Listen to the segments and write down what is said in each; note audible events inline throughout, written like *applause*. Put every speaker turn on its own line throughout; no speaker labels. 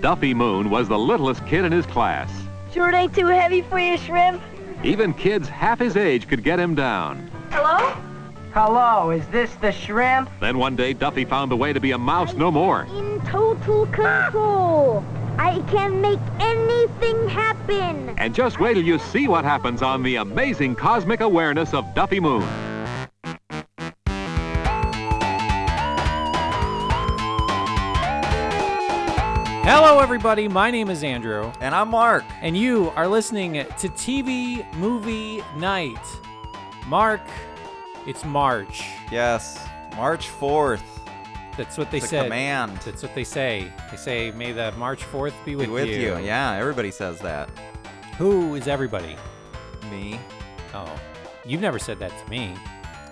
Duffy Moon was the littlest kid in his class.
Sure it ain't too heavy for you, Shrimp?
Even kids half his age could get him down.
Hello?
Hello, is this the shrimp?
Then one day, Duffy found the way to be a mouse no more.
In total control. I can make anything happen.
And just wait till you see what happens on the amazing cosmic awareness of Duffy Moon.
Hello, everybody. My name is Andrew,
And I'm Mark.
and you are listening to TV Movie Night. Mark, it's March.
Yes, March 4th.
That's what they
It's a
said.
command.
That's what they say. They say, "May the March Fourth be with,
Be with you. Yeah, everybody says that.
Who is everybody?
Me.
Oh, you've never said that to me.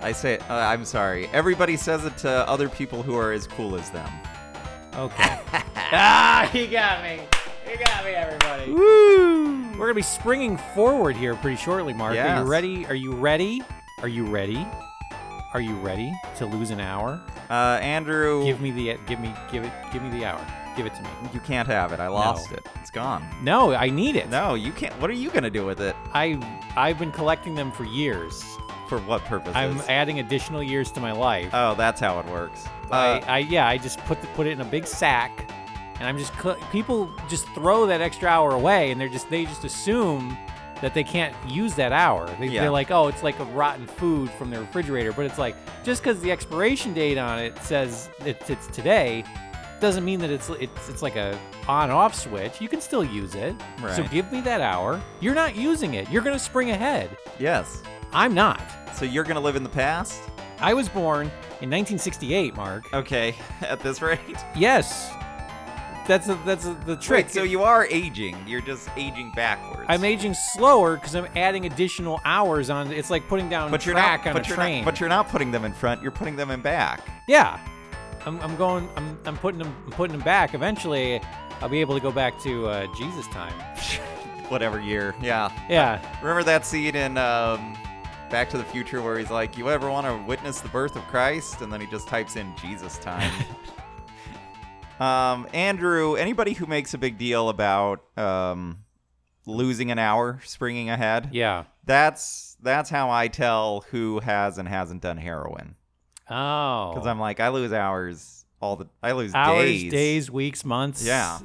I say, uh, I'm sorry. Everybody says it to other people who are as cool as them. *laughs*
Okay. ah, he got me. He got me, everybody. Woo! We're gonna be springing forward here pretty shortly, Mark. Are
Yes.
you ready? Are you ready? Are you ready? Are you ready to lose an hour?
Uh, Andrew,
Give me the give me give it give me the hour. Give it to me.
you can't have it. I lost
No.
it. It's gone.
No, I need it.
No, you can't. What are you going to do with it?
I I've been collecting them for years.
For what purposes?
I'm adding additional years to my life.
oh, that's how it works.
I,
Uh,
I yeah, I just put the, put it in a big sack, and I'm just cl- people just throw that extra hour away, and they're just they just assume that they can't use that hour. They,
Yeah.
They're like, oh, it's like a rotten food from the refrigerator, but it's like just because the expiration date on it says it, it's today. Doesn't mean that it's it's it's like a on-off switch. You can still use it. So
Right.
give me that hour. You're not using it. You're gonna spring ahead.
yes.
I'm not.
So you're going to live in the past?
I was born in 1968, Mark. *laughs*
Okay, at this rate.
Yes. That's a, that's a, the trick.
Wait, so you are aging. You're just aging backwards.
I'm aging slower because I'm adding additional hours on. It's like putting down
but you're
track
not,
on
but
a
you're
train.
Not, but you're not putting them in front. You're putting them in back.
yeah, I'm, I'm going. I'm, I'm putting them. I'm putting them back. Eventually, I'll be able to go back to uh, Jesus time.
Whatever year. Yeah.
Yeah.
Remember that scene in um, Back to the Future where he's like, "You ever want to witness the birth of Christ?" And then he just types in
*laughs*
Jesus time. um, Andrew, anybody who makes a big deal about um, losing an hour, springing ahead,
Yeah.
that's that's how I tell who has and hasn't done heroin *laughs*
Oh.
because I'm like, I lose hours all the, I lose
hours,
days,
weeks, months.
Yeah.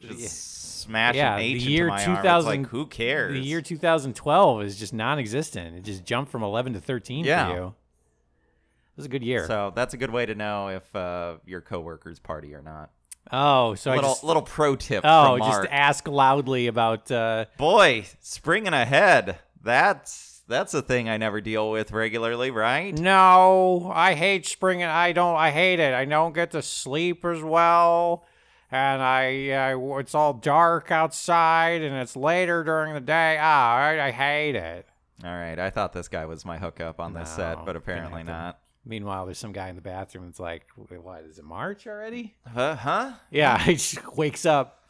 just smashing
Yeah, the
yeah, H
year
into my
2000
arm. It's like, who cares?
The year 2012 is just non-existent. It just jumped from 11 to 13
Yeah.
for you. It was a good year.
So that's a good way to know if uh, your coworkers party or not.
oh, so I
little
just
little pro tip.
Oh,
from Mark.
just ask loudly about. Uh,
boy, springing ahead. That's that's a thing I never deal with regularly, right?
no, I hate spring. and I don't. I hate it. I don't get to sleep as well, and I, I it's all dark outside, and it's later during the day. Ah, I, I hate it.
All right, I thought this guy was my hookup on this
No,
set, but
gonna
apparently
have to-
not.
Meanwhile, there's some guy in the bathroom that's like, "Wait, "What is it? March already?" *laughs*
Huh? huh?
Yeah, he just wakes up.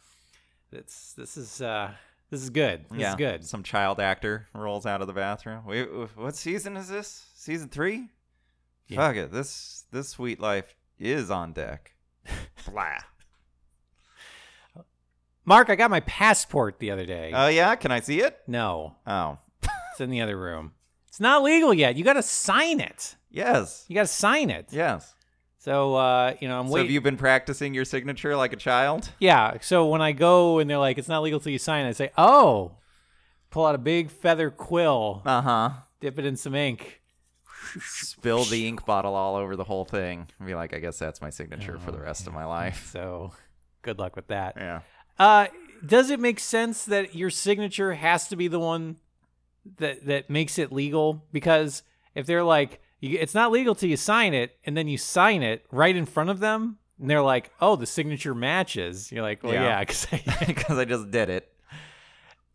It's this is uh this is good. This
yeah,
is good.
Some child actor rolls out of the bathroom. Wait, wh- what season is this? Season three?
Yeah.
Fuck it. This this sweet life is on deck. Blah.
Mark, I got my passport the other day.
Oh yeah, can I see it?
no,
Oh
it's in the other room. It's not legal yet. You got to sign it.
yes,
You got to sign it.
yes.
So uh, you know, I'm
So
waiting.
have you been practicing your signature like a child?
yeah. So when I go and they're like, "It's not legal till you sign," I say, "Oh." Pull out a big feather quill,
Uh huh.
dip it in some ink.
spill the ink bottle all over the whole thing and be like, I guess that's my signature for the rest of
Oh.
my
*laughs*
life.
So, good luck with that.
*laughs* Yeah.
Uh, does it make sense that your signature has to be the one that that makes it legal? Because if they're like, you, "It's not legal till you sign it," and then you sign it right in front of them, and they're like, "Oh, the signature matches," you're like, "Well,
Yeah.
yeah." 'cause I- *laughs*
Because I just did it.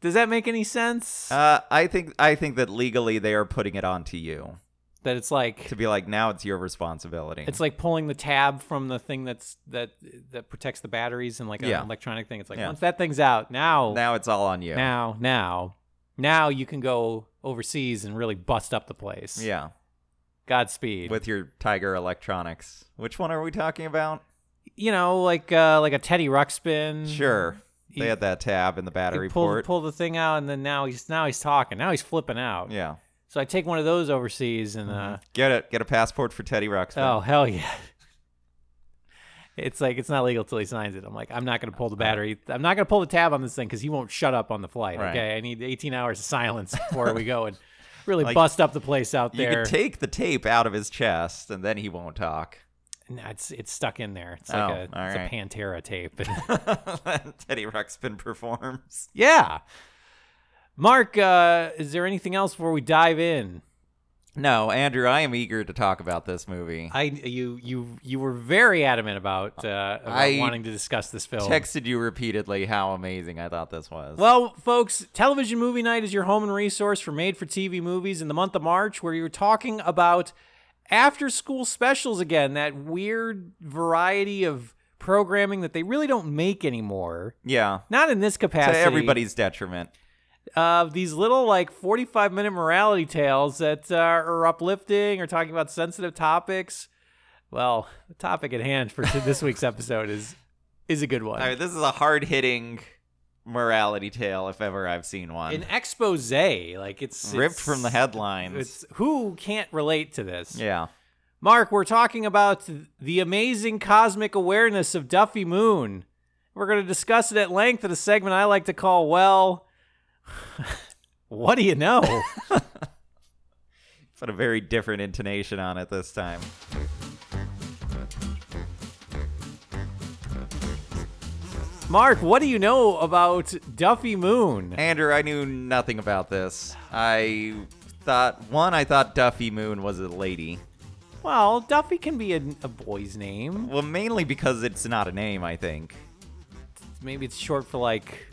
does that make any sense?
Uh, I think I think that legally they are putting it onto you
that it's like
to be like now it's your responsibility.
It's like pulling the tab from the thing that's that that protects the batteries and like an
Yeah.
electronic thing. It's like
Yeah.
once that thing's out, now,
now it's all on you.
now, now, now you can go overseas and really bust up the place.
Yeah,
Godspeed.
with your Tiger Electronics. Which one are we talking about?
you know, like uh, like a Teddy Ruxpin.
Sure. They
Mm-hmm. He-
had that tab in the battery
He pulled,
port.
pulled the thing out, and then now he's now he's talking. Now he's flipping out.
Yeah. Mm-hmm.
So I take one of those overseas, and uh,
Get it. Get a passport for Teddy Ruxpin.
oh hell yeah! *laughs* It's like it's not legal till he signs it. I'm like, I'm not gonna pull the battery. I'm not gonna pull the tab on this thing because he won't shut up on the flight.
Right.
Okay, I need 18 hours of silence before we
*laughs*
go and really
Like,
bust up the place out
you
there.
can take the tape out of his chest, and then he won't talk. *laughs*
No, it's it's stuck in there. It's
Oh,
like a, it's
all
a
right.
Pantera tape. *laughs*
Teddy Ruxpin performs.
yeah. Mark, uh, is there anything else before we dive in?
No, Andrew, I am eager to talk about this movie.
I you you you were very adamant about, uh, about
I
wanting to discuss this film.
texted you repeatedly how amazing I thought this was.
Well, folks, Television Movie Night is your home and resource for made for TV movies in the month of March, where you're talking about after school specials again, that weird variety of programming that they really don't make anymore.
yeah.
Not in this
To
capacity.
everybody's detriment.
uh, these little like 45 minute morality tales that uh, are uplifting or talking about sensitive topics. Well, the topic at hand for t- this week's episode is is a good one.
I mean, this is a hard hitting morality tale if ever I've seen one.
An expose, like it's
Ripped
it's-
from the headlines.
It's who can't relate to this?
yeah.
Mark, we're talking about the amazing cosmic awareness of Duffy Moon. We're going to discuss it at length in a segment I like to call, well, *laughs* what do you know?
Put a very different intonation on it this time.
Mark, what do you know about Duffy Moon?
Andrew, I knew nothing about this. I thought, one, I thought Duffy Moon was a lady.
Well, Duffy can be a, a boy's name.
Well, mainly because it's not a name, I think.
Maybe it's short for like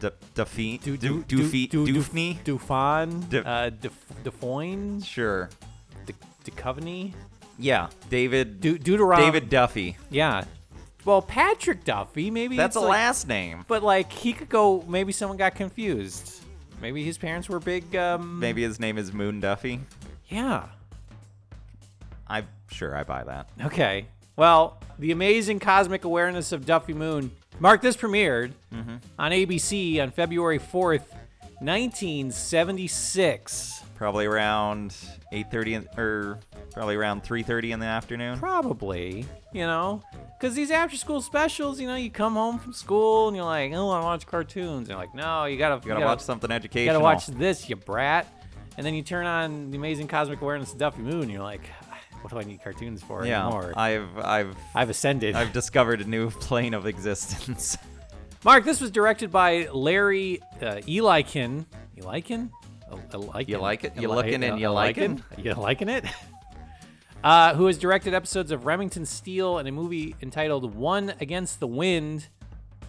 D- Duffy?
Du-
Du-
Du-
Doofy?
Du- Du-
Doofney?
Dufon,
Du-
uh, Def- Defoyne,
Sure.
De- Duchovny,
Yeah. David.
De- Deuteron.
David Duffy.
yeah. Well, Patrick Duffy, maybe
That's
it's
a
like-
last name.
But like he could go. Maybe someone got confused. Maybe his parents were big. Um,
Maybe his name is Moon Duffy.
Yeah.
I'm sure I buy that.
Okay. Well, the amazing cosmic awareness of Duffy Moon. Mark, this premiered
Mm-hmm.
on ABC on February 4th, 1976.
Probably around 8:30 in- or probably around 3:30 in the afternoon.
Probably, you know, because these after school specials, you know, you come home from school and you're like, oh, I want to watch cartoons. And you're like, no, you gotta,
You gotta watch something
You
educational.
gotta watch this, you brat. And then you turn on the amazing cosmic awareness of Duffy Moon, and you're like, what do I need cartoons for
Yeah,
anymore?
I've I've
I've ascended.
*laughs* I've discovered a new plane of existence. *laughs*
Mark, this was directed by Larry uh, Elikin. Elikin? El- Elikin.
You like it? You
Eli-
looking and you
El-
liking?
Elikin? You liking it? *laughs* Uh, who has directed episodes of Remington Steele and a movie entitled One Against the Wind,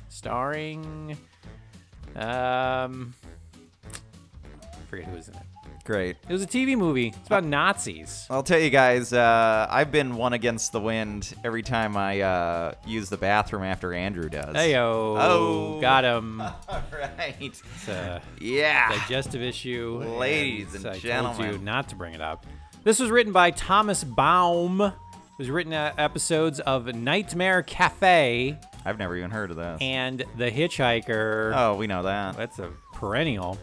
starring. Um, I forget who was in it.
Great.
It was a TV movie. It's about Nazis.
I'll tell you guys, uh, I've been one against the wind every time I uh, use the bathroom after Andrew does.
Hey, uh,
Oh.
Got him.
All *laughs* right.
It's uh, a
Yeah.
digestive issue.
Ladies and
I told you
gentlemen.
not to bring it up. This was written by Thomas Baum. It was written uh, episodes of Nightmare Cafe
I've never even heard of this.
and The Hitchhiker.
Oh, we know that.
That's a perennial.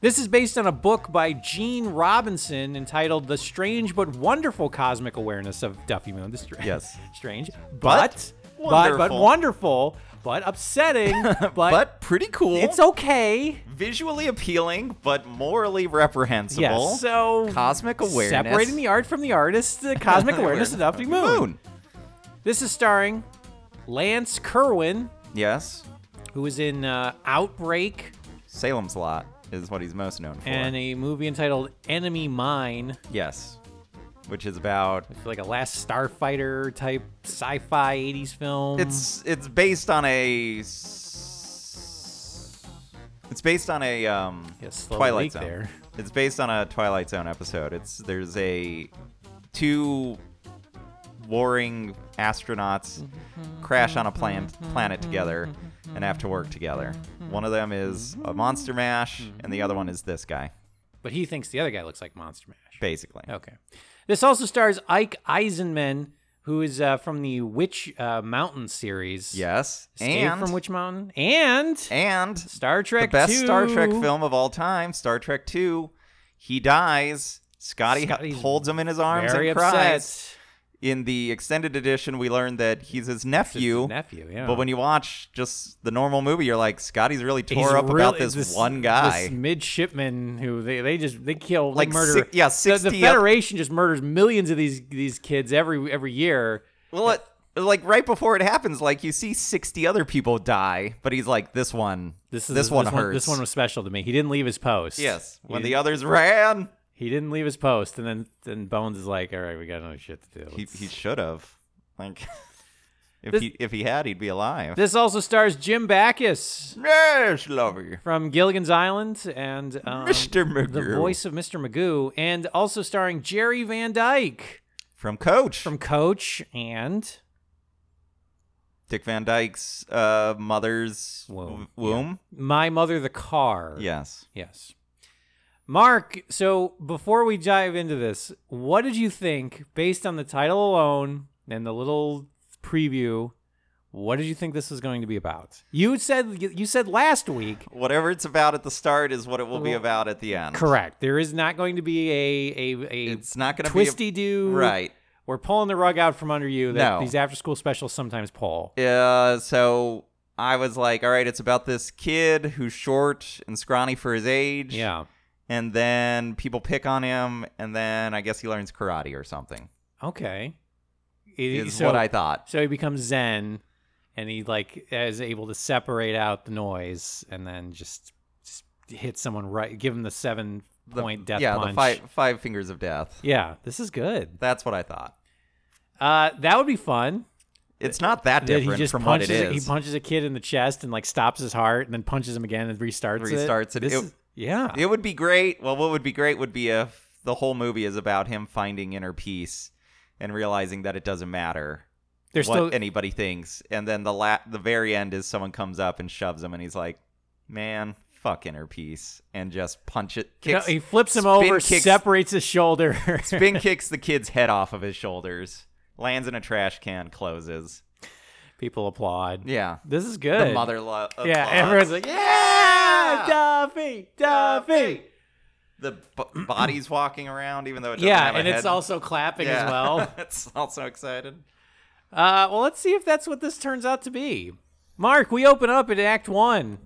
This is based on a book by Gene Robinson entitled The Strange But Wonderful Cosmic Awareness of Duffy Moon. The str-
Yes.
*laughs* strange, but
But
but, but
wonderful.
wonderful, but
*laughs*
upsetting, but,
But pretty cool.
it's okay.
visually appealing, but morally reprehensible.
Yes. So
cosmic awareness.
separating
*laughs*
the art from the artist, the cosmic awareness of Duffy Moon. This is starring Lance Kerwin,
Yes.
who was in uh, Outbreak
Salem's Lot is what he's most known for.
and a movie entitled Enemy Mine.
yes. Which is about
like a last starfighter type sci-fi 80s film
it's it's based on a s- it's based on a um
Yeah, slow
Twilight
leak
Zone.
there.
It's based on a Twilight Zone episode. It's there's a two warring astronauts crash on a plan- planet together and have to work together. One of them is a monster mash and the other one is this guy
but he thinks the other guy looks like monster mash
basically.
okay this also stars ike eisenman who is uh, from the Witch uh, Mountain series.
Yes.
Escape
and
from Witch Mountain. And
and
Star Trek
the best Star
2.
Trek film of all time, Star Trek 2. He dies. Scotty
Scotty's
holds him in his arms
Very
and
upset.
cries. In the extended edition, we learn that he's his nephew.
His nephew, yeah.
But when you watch just the normal movie, you're like, Scotty's really tore
He's
up about
really-
this, one guy.
this midshipman who they, they just they kill they
Like
murder.
six- yeah,
the,
60
the
up-
Federation just murders millions of these these kids every every year.
well, it, like right before it happens, like you see 60 other people die, but he's like, this one,
This is
one hurts.
this one was special to me. He didn't leave his post.
yes. When
He-
the others ran,
He didn't leave his post, and then then Bones is like, "All right, we got another shit to do."
he
Let's-
he should have. Like, *laughs* if
This-
he if he had, he'd be alive.
This also stars Jim Backus
yes, lovey.
from Gilligan's Island and um,
Mr.
the
Magoo.
voice of Mr. Magoo, and also starring Jerry Van Dyke
from Coach.
from Coach and
Dick Van Dyke's uh, mother's
Womb,
w- womb.
My Mother the Car.
Yes.
Yes. Mark, so before we dive into this, what did you think based on the title alone and the little preview? What did you think this was going to be about? You said you said last week,
Whatever it's about at the start is what it will be about at the end.
correct. There is not going to be a a, a
It's not going to be a-
twisty do.
right.
We're pulling the rug out from under you that
No.
these after school specials sometimes pull.
Uh, so I was like, all right, it's about this kid who's short and scrawny for his age.
Yeah.
And then people pick on him, and then I guess he learns karate or something.
Okay. It-
Is
so-
what I thought.
So he becomes Zen, and he like is able to separate out the noise, and then just, just hit someone right, give him the seven
The-
point death
yeah,
punch.
the five five fingers of death.
Yeah, this is good.
That's what I thought.
Uh, that would be fun.
It's not that
That he
different
just
from what it
punches a-
is.
he punches a kid in the chest and like stops his heart, and then punches him again and restarts it.
Restarts it.
This
It-
is- yeah,
It would be great. Well, what would be great would be if the whole movie is about him finding inner peace and realizing that it doesn't matter
there's
what
still
anybody thinks. And then the la- the very end is someone comes up and shoves him, and he's like, "Man, fuck inner peace," and just punch it.
no,
Kicks,
he flips him
spin
over,
kicks-
separates his shoulder.
spin kicks the kid's head off of his shoulders, lands in a trash can, closes.
*laughs* People applaud.
Yeah,
This is good.
the uh, mother love.
yeah, everyone's like, yeah, Duffy, Duffy.
the b- body's walking around, even though it doesn't
Yeah,
have a
and it's
head.
also clapping
Yeah.
as
*laughs*
well.
it's also excited.
Uh, well, let's see if that's what this turns out to be. Mark, we open up at Act One.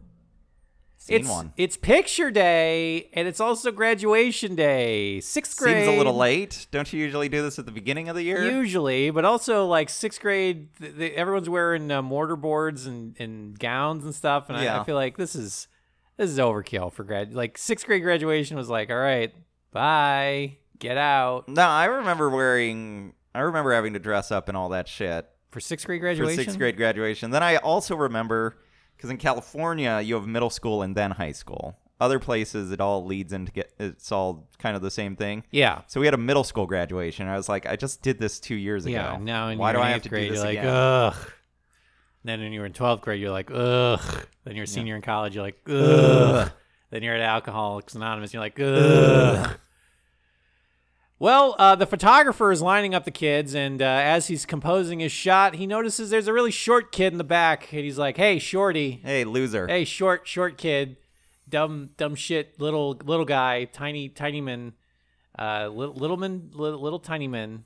Scene
it's
one.
it's picture day, and it's also graduation day. Sixth grade
Seems a little late. Don't you usually do this at the beginning of the year?
usually, but also like sixth grade, th- th- everyone's wearing uh, mortar boards and, and gowns and stuff, and I, I
Yeah.
feel like this is this is overkill for grad. Like sixth grade graduation was like, all right, bye, get out
no, I remember wearing. I remember having to dress up and all that shit
for sixth grade
for
graduation.
sixth grade graduation. Then I also remember because in California you have middle school and then high school. Other places it all leads into get. It's all kind of the same thing.
yeah.
So we had a middle school graduation. and I was like, I just did this two years ago.
Yeah, now in
why do
your
I
eighth
have to
grade,
do this
you're like,
again?
ugh. Then when you were in twelfth grade, you're like, ugh. Then you're a senior in college, you're like, ugh. Then you're at Alcoholics Anonymous, you're like, ugh. Well, uh, the photographer is lining up the kids, and uh, as he's composing his shot, he notices there's a really short kid in the back, and he's like, "Hey, shorty!
hey, loser.
Hey, short, short kid, dumb, dumb shit, little, little guy, tiny, tiny man, uh, little, little man, little, little tiny man.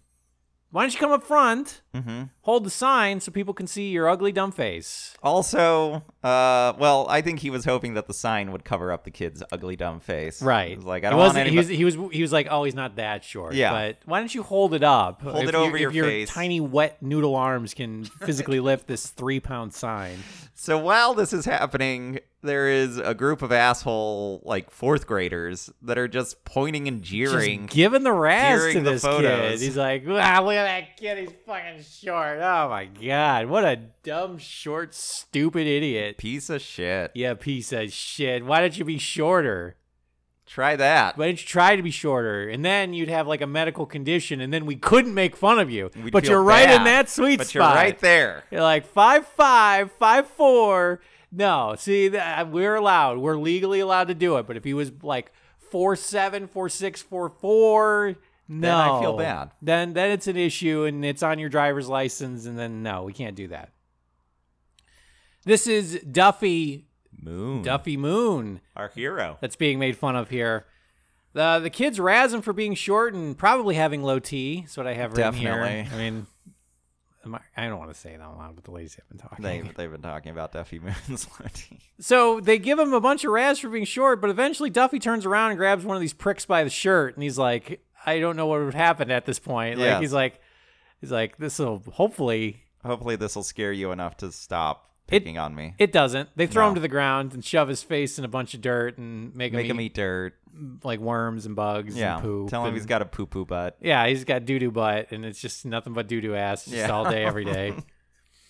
Why don't you come up front?
Mm-hmm.
hold the sign so people can see your ugly dumb face.
Also, uh, well, I think he was hoping that the sign would cover up the kid's ugly dumb face. He
Right.
was like I
It
don't want
wasn't-
anybody.
he was, he was he was like, oh, he's not that short.
Yeah.
But why don't you hold it up?
Hold
if
it
you-
over
if
your
your
face.
tiny wet noodle arms can physically *laughs* lift this three pound sign.
So while this is happening, there is a group of asshole like fourth graders that are just pointing and jeering.
Just giving the razz to
During the
this kid.
photos.
He's like, wow, look at that kid. He's fucking short. Oh my god, what a dumb, short, stupid idiot.
Piece of shit.
Yeah, piece of shit. Why don't you be shorter?
Try that.
Why didn't you try to be shorter? And then you'd have like a medical condition, and then we couldn't make fun of you.
We'd
but
feel
you're right in
bad,
that sweet
but
spot.
you're right there.
You're like five five, five four. No, see, that, we're allowed. We're legally allowed to do it. But if he was like four seven, four six, four four, No,
I feel bad.
Then then it's an issue, and it's on your driver's license, and then no, we can't do that. This is Duffy
Moon.
Duffy Moon
Our hero.
that's being made fun of here. The the kids razz him for being short and probably having low T. That's what I have written here.
Definitely.
I mean, am I, I don't want to say it out loud, but the ladies have been talking.
They, they've been talking about Duffy Moon's *laughs* Lottie.
So they give him a bunch of razz for being short, but eventually Duffy turns around and grabs one of these pricks by the shirt, and he's like, "I don't know what would happen at this point." Like
Yeah.
he's like, he's like, "This will hopefully
Hopefully, this will scare you enough to stop picking on me.
it doesn't." They throw him
No.
to the ground and shove his face in a bunch of dirt and make,
Make
him,
him eat dirt.
eat like worms and bugs
Yeah.
and poop.
Tell him
and-
he's got a poo poo butt.
Yeah, he's got doo doo butt, and it's just nothing but doo doo ass just
Yeah.
all day, every
*laughs*
day.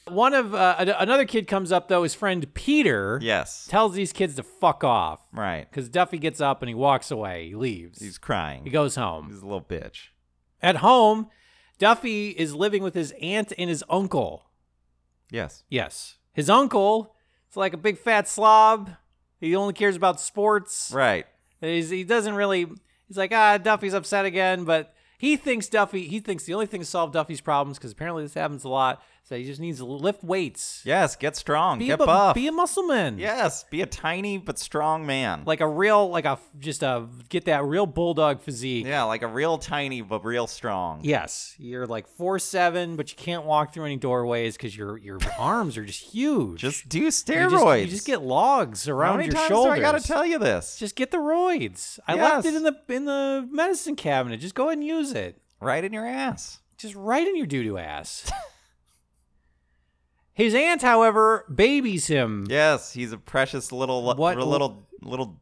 One of uh, an- another kid comes up though. His friend Peter
Yes.
tells these kids to fuck off
Right.
because Duffy gets up and he walks away. He leaves.
He's crying.
he goes home.
He's a little bitch.
At home, Duffy is living with his aunt and his uncle.
Yes.
Yes, his uncle is like a big fat slob. He only cares about sports.
Right.
He's, he doesn't really. He's like, ah, Duffy's upset again, but he thinks Duffy. He thinks the only thing to solve Duffy's problems, because apparently this happens a lot, is that he just needs to lift weights.
Yes. Get strong.
be
get
a, bu-
buff.
Be a muscleman.
yes. Be a tiny but strong man.
Like a real, like a just a get that real bulldog physique.
yeah, like a real tiny but real strong.
Yes, you're like four seven, but you can't walk through any doorways because your your arms are just huge.
Just do
You
steroids.
just- You just get logs around
How many
your
times
shoulders.
do I gotta tell you this?
Just get the roids. I left
Yes.
it in the in the medicine cabinet. Just go ahead and use it.
right in your ass.
just right in your doo doo ass. *laughs* His aunt, however, babies him.
Yes, he's a precious little
What l-
little little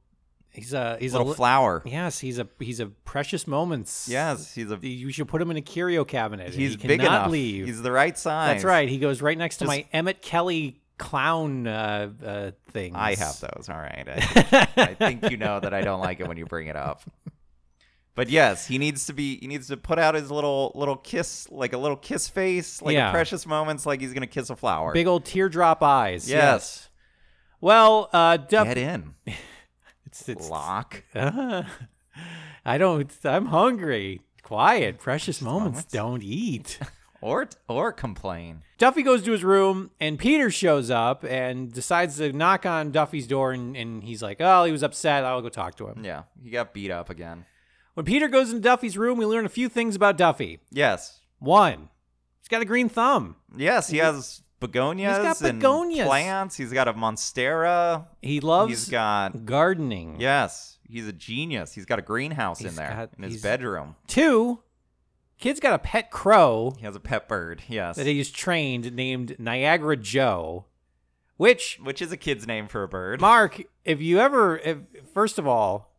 He's a he's
little
a li-
flower.
Yes, he's a he's a precious moments.
Yes, he's a
you should put him in a curio cabinet. and
he's
he
big
cannot
enough.
Leave.
He's the right size.
That's right. He goes right next to
Just-
my Emmett Kelly clown uh, uh, thing.
I have those. All right. I,
*laughs*
I think you know that I don't like it when you bring it up. But yes, he needs to be. He needs to put out his little little kiss, like a little kiss face, like
Yeah.
a precious moments, like he's gonna kiss a flower.
Big old teardrop eyes.
Yes.
Well, uh, Duff.
Get in,
It's, it's, *laughs*
lock.
Uh, I don't. I'm hungry. Quiet. Precious moments. Don't eat.
Or or complain.
Duffy goes to his room, and Peter shows up and decides to knock on Duffy's door, and, and he's like, "Oh, he was upset. I'll go talk to him."
Yeah, he got beat up again.
When Peter goes into Duffy's room, we learn a few things about Duffy.
Yes,
One, he's got a green thumb.
yes, he has begonias. and
begonias.
plants. He's got a monstera.
He loves
He's got
gardening.
yes. He's a genius. He's got a greenhouse
He's
in there
got-
in his
he's-
bedroom.
Two, kid's got a pet crow
He has a pet bird. Yes,
that he's trained named Niagara Joe, which
which is a kid's name for a bird.
Mark, if you ever, if, first of all,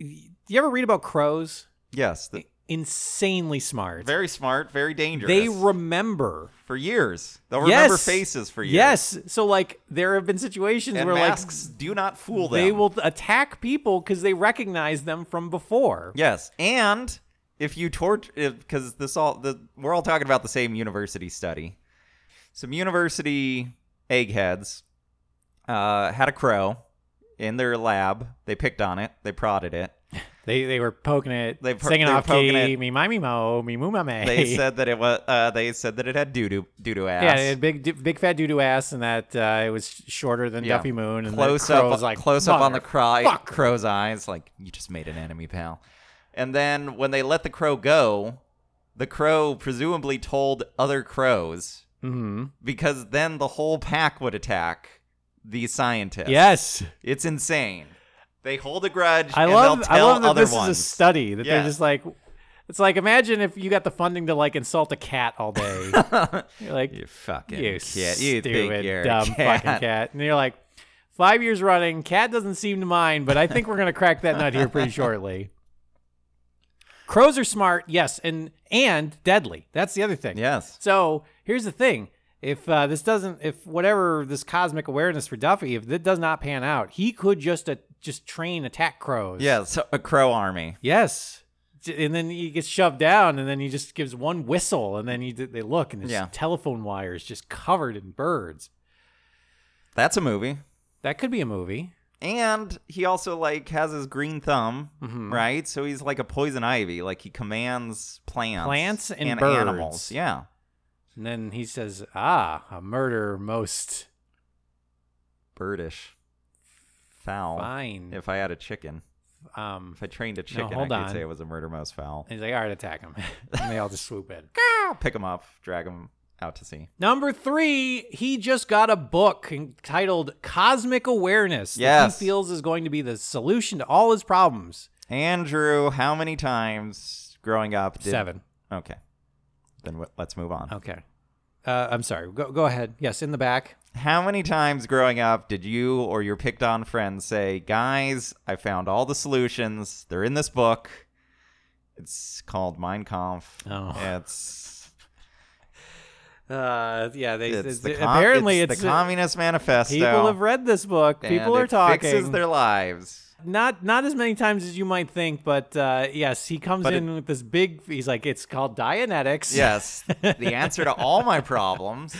y- you ever read about crows?
yes, the-
Insanely smart.
very smart, very dangerous.
They remember.
for years.
Yes.
They'll remember faces for years.
Yes. So like there have been situations
and
where
masks do not fool
like
them.
they will attack people because they recognize them from before.
Yes, and if you torture, because this all the we're all talking about the same university study. Some university eggheads uh, had a crow in their lab. They picked on it. They prodded it.
They they were poking it,
They per-
singing
they were
off
poking
key,
it.
me my me mo, me moo my me. *laughs*
They said that it was. Uh, they said that it had doo doo doo doo ass.
yeah, it had big, d- big fat doo doo ass, and that uh, it was shorter than
Yeah.
Duffy Moon. And
close
the crow
up
was like
close up on the
"Motherfucker."
cry, crow's eyes like you just made an enemy pal and then when they let the crow go the crow presumably told other crows
Mhm.
because then the whole pack would attack the scientist
Yes.
it's insane they hold a grudge
I
and
love
they'll tell
I love that
other
this
ones
is a study that they're
Yeah.
just like it's like imagine if you got the funding to like insult a cat all
*laughs*
day. you're like
you fucking
you
kid you
stupid
think you're a
dumb
cat.
fucking cat. And you're like 5 years running, cat doesn't seem to mind, but I think we're going to crack that nut here pretty
*laughs*
shortly. Crows are smart, yes, and and deadly. That's the other thing.
yes
So here's the thing: if uh, this doesn't, if whatever this cosmic awareness for Duffy, if it does not pan out, he could just uh, just train attack crows.
*laughs* yeah so a crow army
Yes. J- And then he gets shoved down, and then he just gives one whistle, and then he d- they look, and his
Yeah.
telephone wire is just covered in birds.
that's a movie
That could be a movie.
and he also like has his green thumb,
Mm-hmm.
right? So he's like a poison ivy. Like he commands plants,
Plants and birds.
animals. Yeah,
And then he says, "Ah, a murder most
birdish, fowl.
fine."
If I had a chicken,
um,
if I trained a chicken,
hold
I could
on.
say it was a murder mouse fowl.
he's like, "All right, attack
*laughs*
him," and they all just swoop in.
I'll pick him up, drag him out to sea.
Number three, he just got a book titled Cosmic Awareness that
Yes.
he feels is going to be the solution to all his problems.
Andrew, how many times growing up? Did...
Seven.
Okay, then w- let's move on.
Okay. Uh, I'm sorry. Go, go ahead. Yes, in the back.
How many times growing up did you or your picked on friends say, Guys, I found all the solutions. They're in this book. It's called Mein Kampf.
Oh.
It's,
Uh, yeah, they,
it's, the, com-
apparently
it's
it's, uh,
the Communist Manifesto.
people have read this book. People
and
are
it
talking.
fixes their lives.
not not as many times as you might think, but uh, yes, he comes
But
in with this big. He's like, it's called Dianetics.
Yes. the answer to all my problems.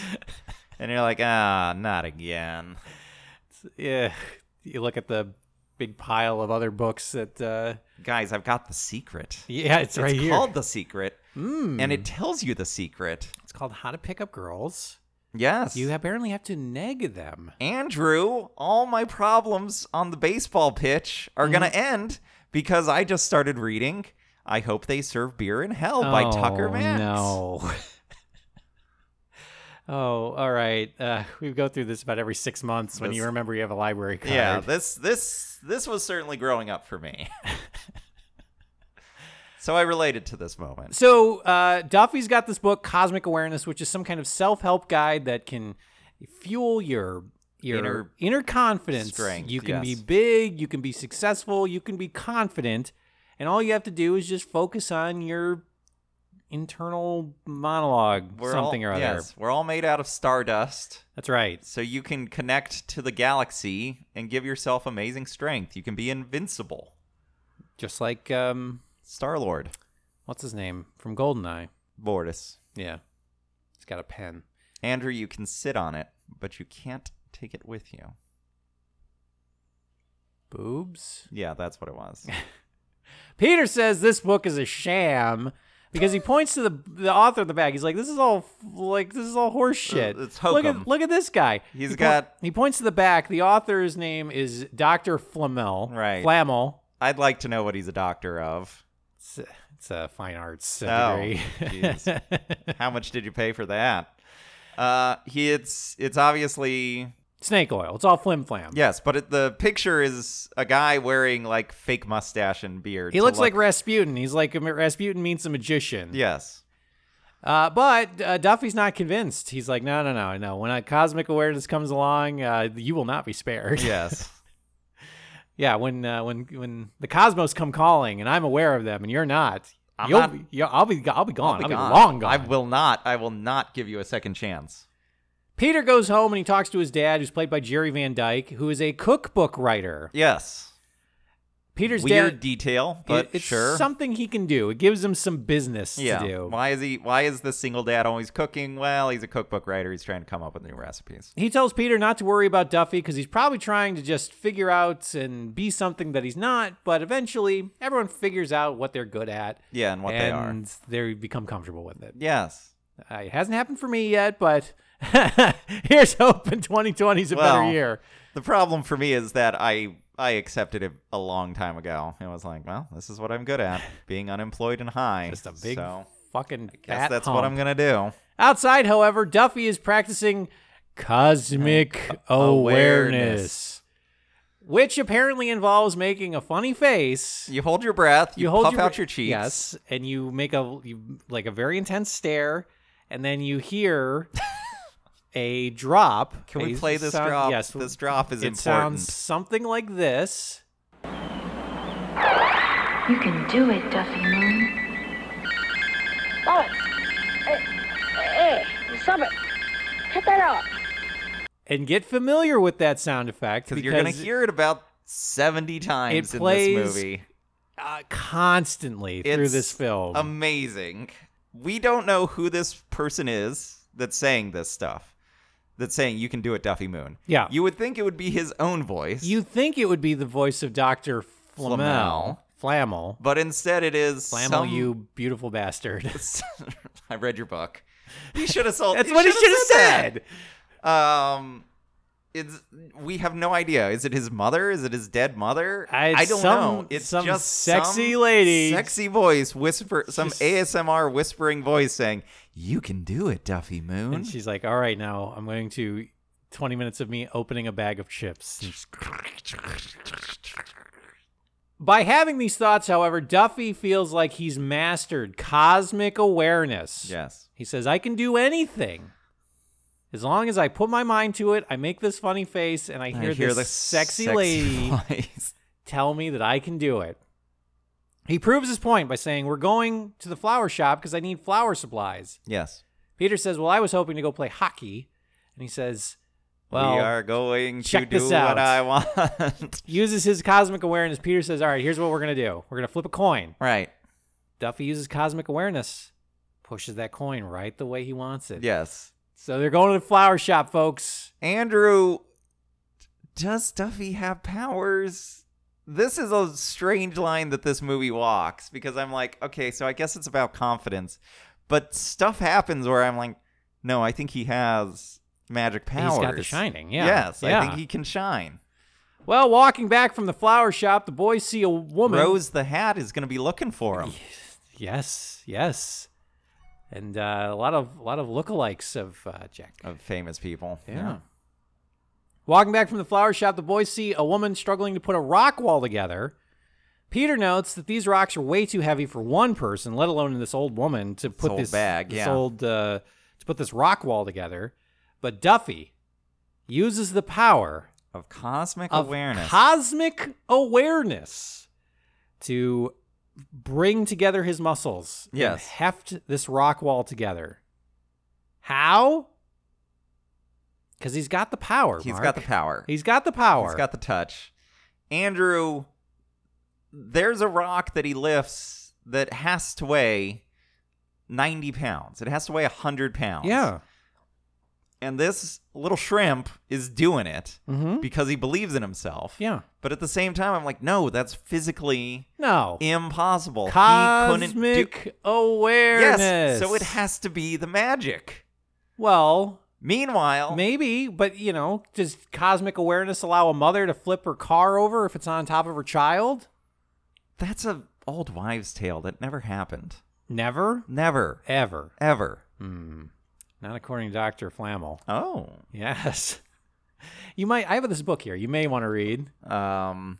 And you're like, Ah, not again.
*laughs* yeah. You look at the big pile of other books that. Uh,
Guys, I've got the secret.
yeah, it's right
it's
here. Hmm.
called The Secret. And it tells you the secret.
It's called How to Pick Up Girls.
Yes.
You apparently have to neg them.
Andrew, all my problems on the baseball pitch are going to
Mm-hmm.
end because I just started reading I Hope They Serve Beer in Hell Oh, by
Oh,
Tucker Max.
No. *laughs* oh, all right. Uh, we go through this about every six months when you
This-
remember you have a library card.
Yeah, this this this was certainly growing up for me. *laughs* so I related to this moment.
So uh, Duffy's got this book, Cosmic Awareness, which is some kind of self-help guide that can fuel your your
Inner
inner, confidence.
strength,
you can
yes.
be big, you can be successful, you can be confident, and all you have to do is just focus on your internal monolog something
all,
or other.
Yes, we're all made out of stardust,
That's right.
so you can connect to the galaxy and give yourself amazing strength. You can be invincible.
Just like um,
Star Lord,
what's his name from Goldeneye?
Vortis.
Yeah, he's got a pen.
Andrew, you can sit on it, but you can't take it with you.
Boobs.
Yeah, that's what it was. *laughs*
Peter says this book is a sham because he points to the the author in the back. He's like, "This is all like this is all horse shit."
Uh, it's
look
hokum.
at look at this guy. he
He's got-
he points to the back. The author's name is Doctor Flamel.
Right.
Flamel.
I'd like to know what he's a doctor of.
It's, it's a fine arts
Oh,
uh, degree. *laughs*
jeez. How much did you pay for that? Uh, he it's it's obviously
Snake oil. It's all flim flam.
yes, but it, the picture is a guy wearing like fake mustache and beard.
He
to
looks like
look-
Rasputin. He's like Rasputin means a magician.
yes,
Uh, but uh, Duffy's not convinced. He's like, no, no, no, no. When a cosmic awareness comes along, uh, you will not be spared.
yes.
Yeah, when uh, when when the cosmos come calling and I'm aware of them and you're not,
I'm
you'll
not-
be, you'll- I'll be I'll be *laughs* gone. I'll be,
gone.
long gone.
Oh I will not. I will not give you a second chance.
Peter goes home and he talks to his dad, who's played by Jerry Van Dyke, who is a cookbook writer.
Yes.
Peter's
Weird
dad,
detail,
it-
but
it's
sure.
something he can do. It gives him some business
yeah.
to do.
Why is he? Why is the single dad always cooking? Well, he's a cookbook writer. He's trying to come up with new recipes.
He tells Peter not to worry about Duffy because he's probably trying to just figure out and be something that he's not. But eventually, everyone figures out what they're good at.
Yeah, and what they are.
and they become comfortable with it.
Yes.
Uh, it hasn't happened for me yet, but *laughs* here's hoping 2020 is a
Well,
better year.
The problem for me is that I I accepted it a long time ago. It was like, well, this is what I'm good
*laughs*
at, being unemployed and high.
Just a big
So
fucking
guess
fat
that's what
hump.
I'm gonna do.
Outside, however, Duffy is practicing cosmic
awareness.
awareness, which apparently involves making a funny face.
You hold your breath. You, puff out
br-
your cheeks.
Yes, and you make a you, like a very intense stare, and then you hear
*laughs*
a drop.
Can we
a
play this
sound-
drop?
Yes,
This drop is
it
important.
sounds something like this.
You can do it, Duffy Moon.
Oh, hey, hey, stop it. Cut that out.
and get familiar with that sound effect
because
because
you're gonna hear it about seventy times
plays
in this movie.
uh, constantly through
It's
this film.
Amazing. We don't know who this person is that's saying this stuff. that's saying you can do it, Duffy Moon.
Yeah.
You would think it would be his own voice.
You think it would be the voice of Doctor Flamel? Flamel,
but instead it is
Flamel,
some-
you beautiful bastard. *laughs*
*laughs* I read your book. You should have sold.
That's what he
shoulda
shoulda said.
that. Um, it's we have no idea. Is it his mother? Is it his dead mother?
I-
I don't
some-
know. It's
some
just
sexy
some
lady.
sexy voice whisper, some
Just-
ASMR whispering voice saying, "You can do it, Duffy Moon."
And she's like, "All right, now I'm going to 20 minutes of me opening a bag of chips." And just- By having these thoughts, however, Duffy feels like he's mastered cosmic awareness.
yes.
He says, "I can do anything." As long as I put my mind to it, I make this funny face and I
I
hear, this
the
sexy, *laughs* lady
*laughs* voice.
tell me that I can do it. He proves his point by saying, We're going to the flower shop because I need flower supplies.
Yes.
Peter says, Well, I was hoping to go play hockey. And he says,
we
Well,
are going to
check
do
this
what
out.
I want. *laughs*
uses his cosmic awareness. Peter says, All right, here's what we're going to do we're going to flip a coin.
right.
Duffy uses cosmic awareness, pushes that coin right the way he wants it.
Yes.
So they're going to the flower shop, folks.
Andrew, does Duffy have powers? This is a strange line that this movie walks because I'm like, okay, so I guess it's about confidence, but stuff happens where I'm like, no, I think he has magic powers.
He's got the shining. Yeah.
Yes,
Yeah.
I think he can shine.
Well, walking back from the flower shop, the boys see a woman.
Rose the Hat is going to be looking for him.
Yes, yes, and uh, a lot of a lot of lookalikes of uh, Jack.
Of famous people.
Walking back from the flower shop, the boys see a woman struggling to put a rock wall together. Peter notes that these rocks are way too heavy for one person, let alone this old woman to put
old
this
bag,
this
yeah.
old uh, to put this rock wall together. But Duffy uses the power
Of cosmic
of
awareness.
cosmic awareness to bring together his muscles and
Yes.
heft this rock wall together how because he's got the power
He's
Mark.
got the power.
he's got the power
He's got the touch. Andrew, there's a rock that he lifts that has to weigh 90 pounds. It has to weigh 100 pounds.
yeah
And this little shrimp is doing it
mm-hmm.
because he believes in himself.
yeah
But at the same time, I'm like, no, that's physically
no
impossible. he couldn't do.
cosmic awareness
Yes, so it has to be the magic.
well
Meanwhile,
Maybe, but you know, does cosmic awareness allow a mother to flip her car over if it's on top of her child?
that's a old wives' tale that never happened.
Never,
Never,
ever.
ever.
Not according to Dr. Flammel.
Oh,
Yes. You might, I have this book here. You may want to read.
um,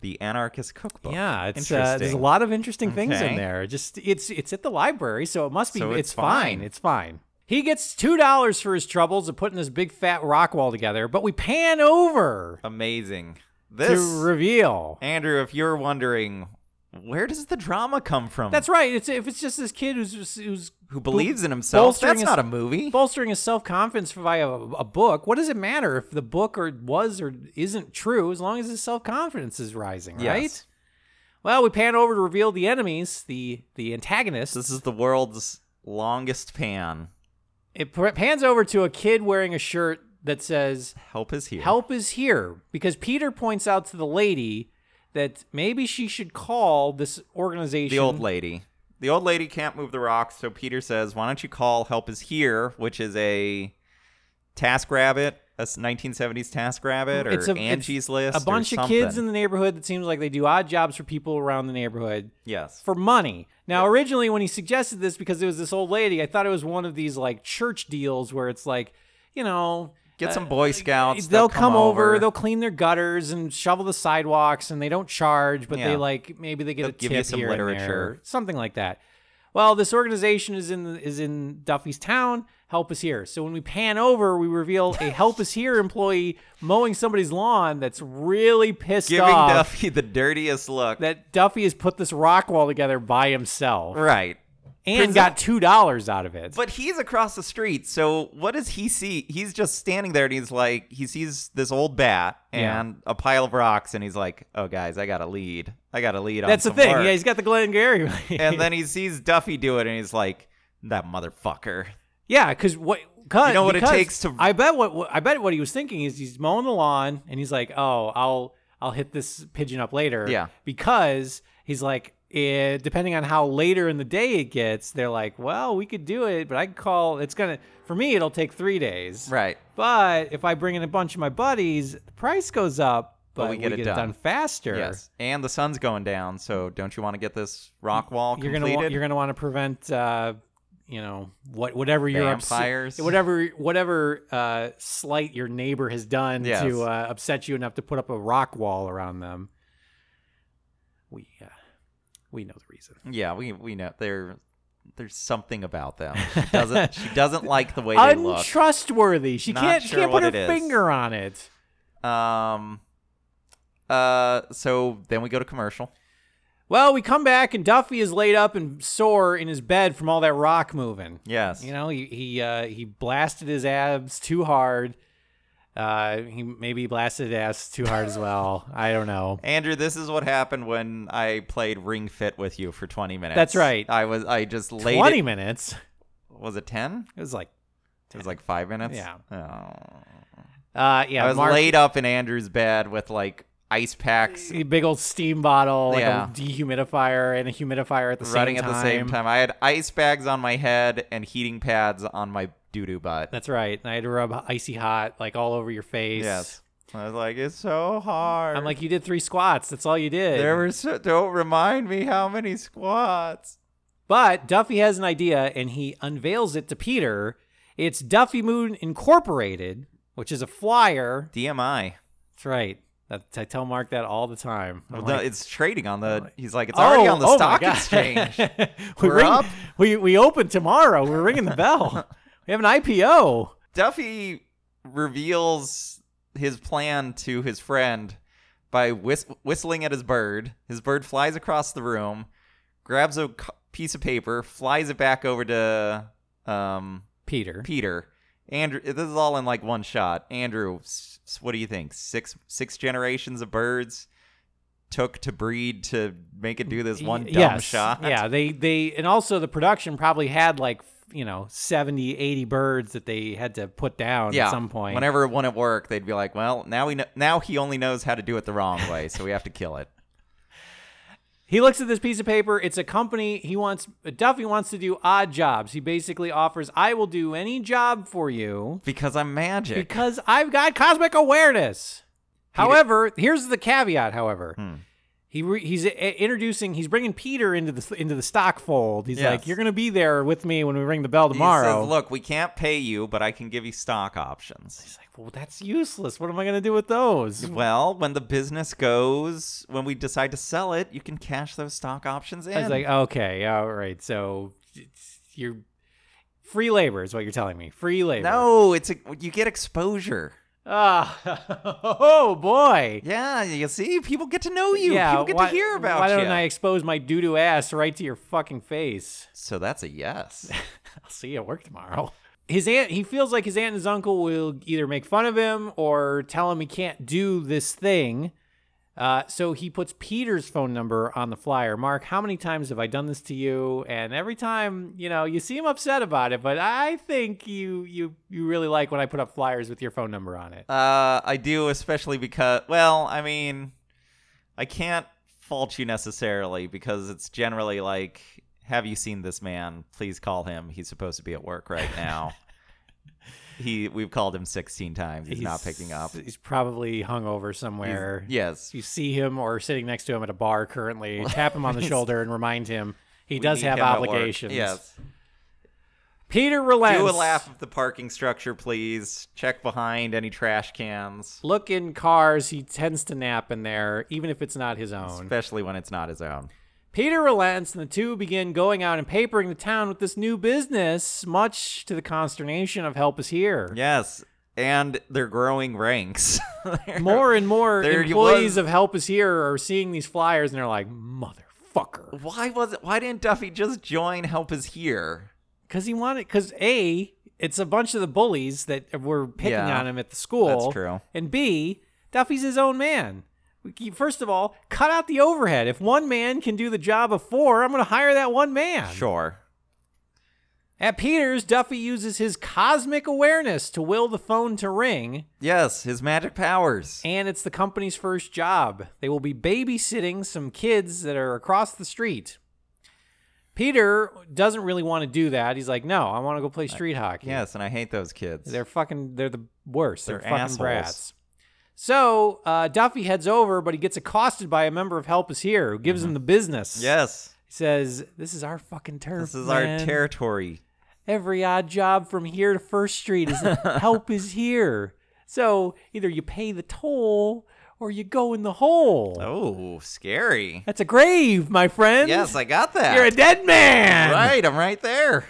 the Anarchist Cookbook.
Yeah, it's uh,
Interesting.
there's a lot of interesting things in
Okay.
there. Just it's it's at the library, so it must be
So
it's,
it's
fine.
fine.
It's fine. He gets two dollars for his troubles of putting this big fat rock wall together, but we pan over
Amazing. This
to reveal.
Andrew, if you're wondering, where does the drama come from?
That's right. It's if it's just this kid who's who's
who believes in himself.
bolstering
That's
his-
not a movie.
bolstering his self confidence via a, a book, what does it matter if the book or was or isn't true as long as his self confidence is rising,
Yes.
right? Well, we pan over to reveal the enemies, the the antagonists.
This is the world's longest pan.
It p- pans over to a kid wearing a shirt that says
Help is here.
"Help is here" because Peter points out to the lady that maybe she should call this organization
The old lady. The old lady can't move the rocks, so Peter says, "Why don't you call Help Is Here?" Which is a Task Rabbit, a s- 1970s Task Rabbit, or Angie's List,
a
or
bunch of kids in
something.
the neighborhood that seems like they do odd jobs for people around the neighborhood.
yes,
for money. Now, originally, when he suggested this, because it was this old lady, I thought it was one of these like church deals where it's like, you know,
Get some Boy Scouts.
Uh, they'll come over, they'll clean their gutters and shovel the sidewalks, and they don't charge, but they
Yeah.
like maybe they get
They'll
a
give
tip
you some
here and there,
literature.
something like that. Well, this organization is in is in Duffy's town. Help is here. So when we pan over, we reveal a Help is
*laughs*
here employee mowing somebody's lawn that's really pissed
giving
off
Duffy the dirtiest look.
that Duffy has put this rock wall together by himself
right.
and got two dollars out of it.
But he's across the street, so what does he see? He's just standing there, and he's like, he sees this old bat
Yeah.
and a pile of rocks, and he's like, "Oh, guys, I got a lead. I got a lead on
That's the
some
thing.
work."
Yeah, he's got the *laughs* Glengarry.
and then he sees Duffy do it, and he's like, "That motherfucker."
yeah, because what? Because,
You know what it
because
takes to-
I bet what, what I bet what he was thinking is he's mowing the lawn and he's like, oh, I'll I'll hit this pigeon up later.
Yeah.
Because he's like, eh, depending on how later in the day it gets, they're like, well, we could do it, but I could call. It's gonna for me, it'll take three days.
Right.
But if I bring in a bunch of my buddies, the price goes up, but,
we get it done.
faster.
Yes. And the sun's going down, so don't you want to get this rock wall
you're
completed?
gonna wa- you're gonna want to prevent uh, you know what whatever your upset-
Vampires.
whatever whatever uh, slight your neighbor has done
Yes.
to uh, upset you enough to put up a rock wall around them. We uh, we know the reason.
Yeah, we we know there there's something about them.
*laughs*
She doesn't she doesn't like the way they look.
Untrustworthy. She
Not
can't she
sure
can't
what
put her
it is.
finger on it.
Um uh so then we go to commercial.
Well, we come back and Duffy is laid up and sore in his bed from all that rock moving.
Yes.
You know, he he uh, he blasted his abs too hard. Uh, he maybe blasted his ass too hard as well. I don't
*laughs*
know.
Andrew, this is what happened when I played Ring Fit with you for 20 minutes.
That's right.
I was I just laid
Twenty
it-
minutes.
Was it 10?
It was like,
It was like 5 minutes.
Yeah.
Oh.
uh, yeah,
I was
Mark-
laid up in Andrew's bed with like ice packs
a big old steam bottle, like
Yeah.
a dehumidifier and a humidifier at the
running
same
at
time.
the same time. I had ice bags on my head and heating pads on my doo-doo butt.
That's right. And I had to rub icy hot like all over your face.
Yes. I was like, it's so hard.
I'm like, you did three squats. That's all you did.
there were so, don't remind me how many squats.
But Duffy has an idea and he unveils it to Peter. It's Duffy Moon Incorporated, which is a flyer.
DMI.
That's right. That, I tell Mark that all the time. I'm
Well, no,
like,
it's trading on the. He's like, it's
"Oh,
already on the
oh my
stock
God."
*laughs*
*laughs*
exchange.
we
We're
ring-
up.
We we open tomorrow. We're ringing the
*laughs*
bell. we have an IPO.
Duffy reveals his plan to his friend by whis- whistling at his bird. His bird flies across the room, grabs a c- piece of paper, flies it back over to um,
Peter.
Peter. Andrew, this is all in like one shot. Andrew, s- s- what do you think? Six six generations of birds took to breed to make it do this one
Y-
dumb
yes.
shot.
Yeah, they they and also the production probably had like, you know, 70, 80 birds that they had to put down
yeah.
at some point.
whenever it wouldn't work, they'd be like, "Well, now we know, now he only knows how to do it
*laughs*
the wrong way, so we have to kill it."
He looks at this piece of paper. It's a company. He wants Duffy wants to do odd jobs. He basically offers, "I will do any job for you
Because I'm magic.
because I've got cosmic awareness." However, here's the caveat. However,
Hmm.
he re- he's i- introducing. He's bringing Peter into the into the stock fold. He's
Yes.
like, "You're gonna be there with me when we ring the bell
He
tomorrow."
says, "Look, we can't pay you, but I can give you stock options."
He's like, "Well, that's useless. What am I gonna do with those?"
Well, when the business goes, when we decide to sell it, you can cash those stock options in.
I was like, "Okay, all right. So it's- you're free labor is what you're telling me. Free labor.
no, it's a, you get exposure.
Ah, *laughs* oh boy.
Yeah, you see, people get to know you.
Yeah,
people get
why-
to hear about
Why
you.
don't I expose my doo doo ass right to your fucking face?
So that's
*laughs*
a yes.
I'll see you at work tomorrow. His aunt, he feels like his aunt and his uncle will either make fun of him or tell him he can't do this thing. Uh, so he puts Peter's phone number on the flyer. Mark, how many times have I done this to you? And every time, you know, you seem upset about it, but I think you you you really like when I put up flyers with your phone number on it.
uh, I do, especially because, well, I mean, I can't fault you necessarily because it's generally like, have you seen this man? Please call him. He's supposed to be at work right
*laughs*
now. he, we've called him 16 times. He's, not picking up.
He's probably hungover
He's-
somewhere.
yes.
you see him or sitting next to him at a bar currently, tap him on the
*laughs*
shoulder and remind him he does
need
have
him at work.
obligations.
Yes.
Peter relents.
Do a lap of the parking structure, please. Check behind any trash cans.
Look in cars. He tends to nap in there, even if it's not his own.
Especially when it's not his own.
Peter relents, and the two begin going out and papering the town with this new business, much to the consternation of Help Is Here.
*laughs* Yes, and they're growing ranks. *laughs* They're-
More and more
There he
employees
was.
of Help Is Here are seeing these flyers, and they're like, motherfucker.
Why was it? Why didn't Duffy just join? Help is here.
Because he wanted, because A, it's a bunch of the bullies that were picking
Yeah,
on him at the school.
that's true.
And B, Duffy's his own man. We keep- First of all, cut out the overhead. If one man can do the job of four, I'm going to hire that one man.
Sure.
At Peter's, Duffy uses his cosmic awareness to will the phone to ring,
Yes, his magic powers.
and it's the company's first job. They will be babysitting some kids that are across the street. Peter doesn't really want to do that. He's like, "No, I want to go play street hockey."
Yes, and I hate those kids.
They're fucking. They're the worst. They're,
They're
fucking
assholes.
brats. So uh, Duffy heads over, but he gets accosted by a member of Help Is Here, who gives
Mm-hmm.
him the business.
yes,
he says, "This is our fucking turf.
this is our
man.
territory.
Every odd job from here to First Street is
*laughs*
Help Is Here. So either you pay the toll or you go in the hole.
Oh, scary.
That's a grave, my friend.
Yes, I got that.
you're a dead man.
right, I'm right there.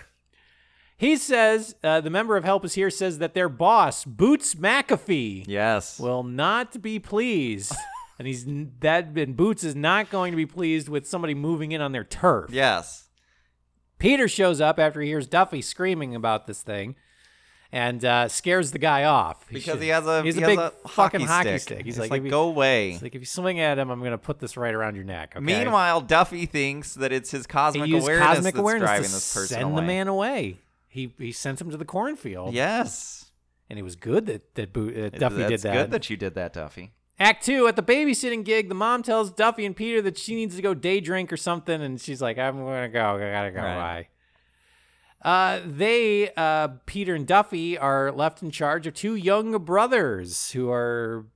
He says uh, the member of Help Is Here says that their boss Boots McAfee.
Yes.
will not be
*laughs*
pleased. and he's n- that and Boots is not going to be pleased with somebody moving in on their turf.
yes.
Peter shows up after he hears Duffy screaming about this thing and uh, scares the guy off. He
Because
should-
he has a
he's
he
a
has
big
a
fucking hockey stick. He's
It's like,
if you-
go away.
he's like if you swing at him, I'm gonna put this right around your neck. Okay?
Meanwhile, Duffy thinks that it's his
he
cosmic
used
awareness
cosmic
that's
awareness
driving
to
this person
send
away.
the man away. He he sent him to the cornfield.
Yes.
and it was good that that, Bo- that
It-
Duffy
that's
did that.
good that you did that, Duffy.
Act two, at the babysitting gig, the mom tells Duffy and Peter that she needs to go day drink or something, and she's like, I'm gonna go, I gotta go,
Right.
bye. Uh, they, uh, Peter and Duffy, are left in charge of two young brothers who are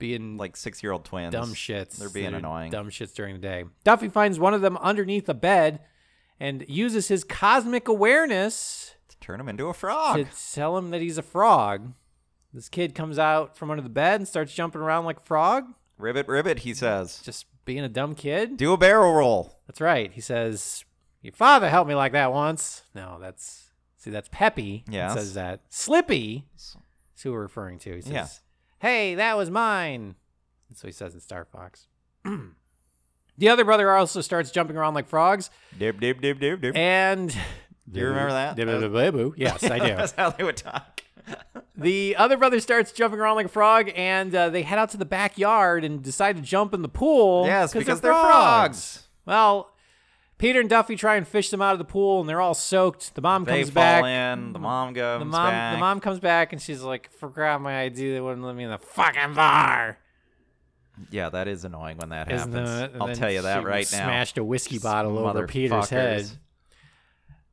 being
Like six year old twins.
dumb shits.
They're being annoying.
Dumb shits during the day. Duffy finds one of them underneath a bed and uses his cosmic awareness
Turn him into a frog.
to tell him that he's a frog. This kid comes out from under the bed and starts jumping around like a frog
ribbit, ribbit, he says.
just being a dumb kid.
Do a barrel roll.
That's right. He says, "Your father helped me like that once." No, that's see, that's Peppy. that
Yes.
says that Slippy. Is who we're referring to. He says,
Yeah.
"Hey, that was mine." That's what he says in Star Fox. *clears throat* the other brother also starts jumping around like frogs,
Dib, dib, dib, dib, dib.
and
Do you
*laughs*
remember that?
Yes, I do.
*laughs* That's how they would talk.
The other brother starts jumping around like a frog, and uh, they head out to the backyard and decide to jump in the pool.
Yes, because they're frogs.
Well, Peter and Duffy try and fish them out of the pool, and they're all soaked. The mom
They
comes
fall
back.
in. The mom goes
the mom,
back.
the mom comes back, and she's like, "Forgot my ID. They wouldn't let me in the fucking bar."
Yeah, that is annoying when that
Isn't
happens.
it? And
I'll
then
tell you that
she
right now.
Smashed a whiskey bottle over
Motherfuckers.
Peter's head.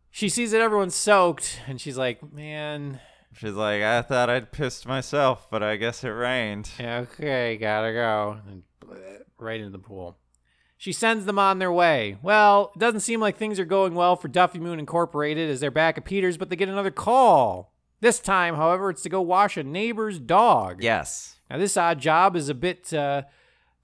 She sees that everyone's soaked, and she's like, "Man,
She's like, I thought I'd pissed myself, but I guess it rained.
Okay, gotta go. And right into the pool. She sends them on their way. Well, it doesn't seem like things are going well for Duffy Moon Incorporated as they're back at Peter's, but they get another call. This time, however, it's to go wash a neighbor's dog.
Yes.
Now, this odd job is a bit uh,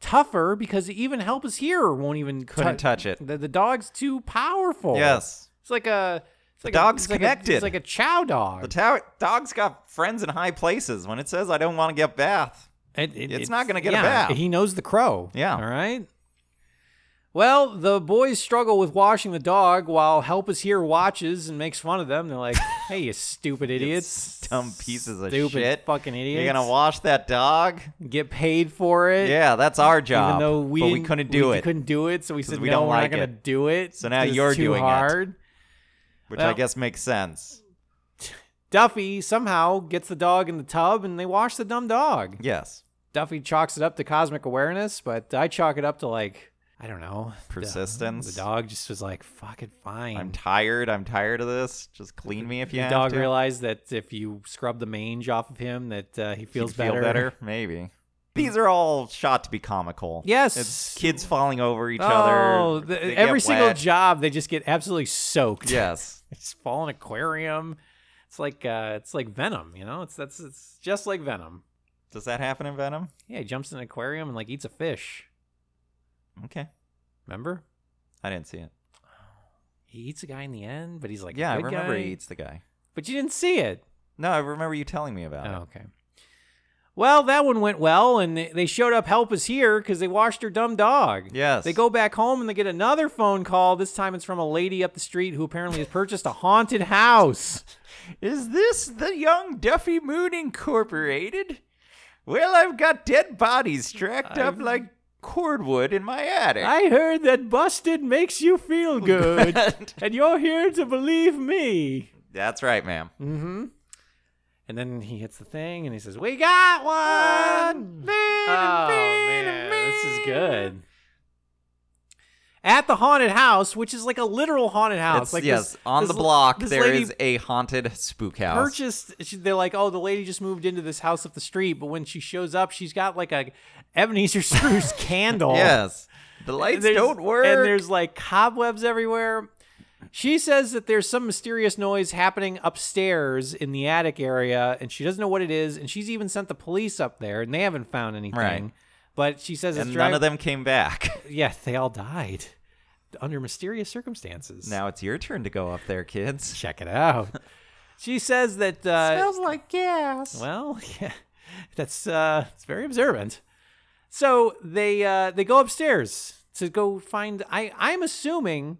tougher because even Help Is Here won't even
Couldn't
tou-
touch it.
The, the dog's too powerful.
Yes.
It's like a. It's
The
like
dog's
a, it's like a-
connected.
it's like a chow dog.
The tower dog's got friends in high places. When it says I don't want to get bath,
It- it-
It's not gonna get a
yeah,
bath.
He knows the crow.
Yeah.
All right. Well, the boys struggle with washing the dog while Help Is Here watches and makes fun of them. They're
*laughs*
like, hey, you stupid idiots.
dumb pieces of
Stupid
shit.
fucking idiots.
You're gonna wash that dog?
Get paid for it.
Yeah, that's our
Even
job.
though we,
but we
didn't-
couldn't do
we
it,
couldn't do it. So we said,
we
no,
don't
we're
like
not going to
it.
do it.
So now
This is
you're
too
doing it."
hard.
which I
well-
guess makes sense.
Duffy somehow gets the dog in the tub and they wash the dumb dog.
Yes,
Duffy chalks it up to cosmic awareness, but I chalk it up to like I don't know the-
Persistence?
The, dog just was like, "Fuck it, fine."
I'm tired. I'm tired of this. Just clean me if you
the
have
dog
to.
realized that if you scrub the mange off of him, that uh, he
You'd
feels
feel
better.
maybe. These are all shot to be comical.
Yes.
it's kids falling over each
Oh,
other.
the-
They get
every single
wet.
job they just get absolutely soaked. *laughs*
Yes,
it's fallen aquarium. It's like uh, it's like Venom, you know. It's that's it's just like Venom.
does that happen in Venom?
Yeah, he jumps in an aquarium and like eats a fish.
Okay,
Remember?
I didn't see it.
He eats a guy in the end, but he's like a
Yeah, I
good
remember
guy.
he eats the guy.
But you didn't see it.
No, I remember you telling me about
Oh,
it.
okay. Well, that one went well, and they- they showed up. Help us here because they washed her dumb dog.
Yes.
They go back home and they get another phone call. This time it's from a lady up the street who apparently has purchased a haunted house.
Is this the young Duffy Moon Incorporated? Well, I've got dead bodies stacked up like cordwood in my attic.
I
*laughs*
heard that busted makes you feel good, and you're here to believe me.
That's right, ma'am.
And then he hits the thing and he says, We got one! Oh, man, this is good. At the haunted house, which is like a literal haunted house.
It's-
like
yes,
this-
on
this
the
l-
block
this
there
lady
is a haunted spook house.
purchased. She, they're like, oh, the lady just moved into this house up the street, but when she shows up, she's got like a Ebenezer *laughs* Scrooge candle.
Yes, the
And
lights
there's-
don't work.
And there's like cobwebs everywhere. She says that there's some mysterious noise happening upstairs in the attic area, and she doesn't know what it is. And she's even sent the police up there, and they haven't found anything.
Right.
But she says it's
And none
drive-
of them came back. *laughs*
Yeah, they all died under mysterious circumstances.
Now it's your turn to go up there, kids.
check it
*laughs*
out. she says that uh,
like gas.
Well, *laughs* yeah, that's uh, it's very observant. So they uh, they go upstairs to go find. I I'm assuming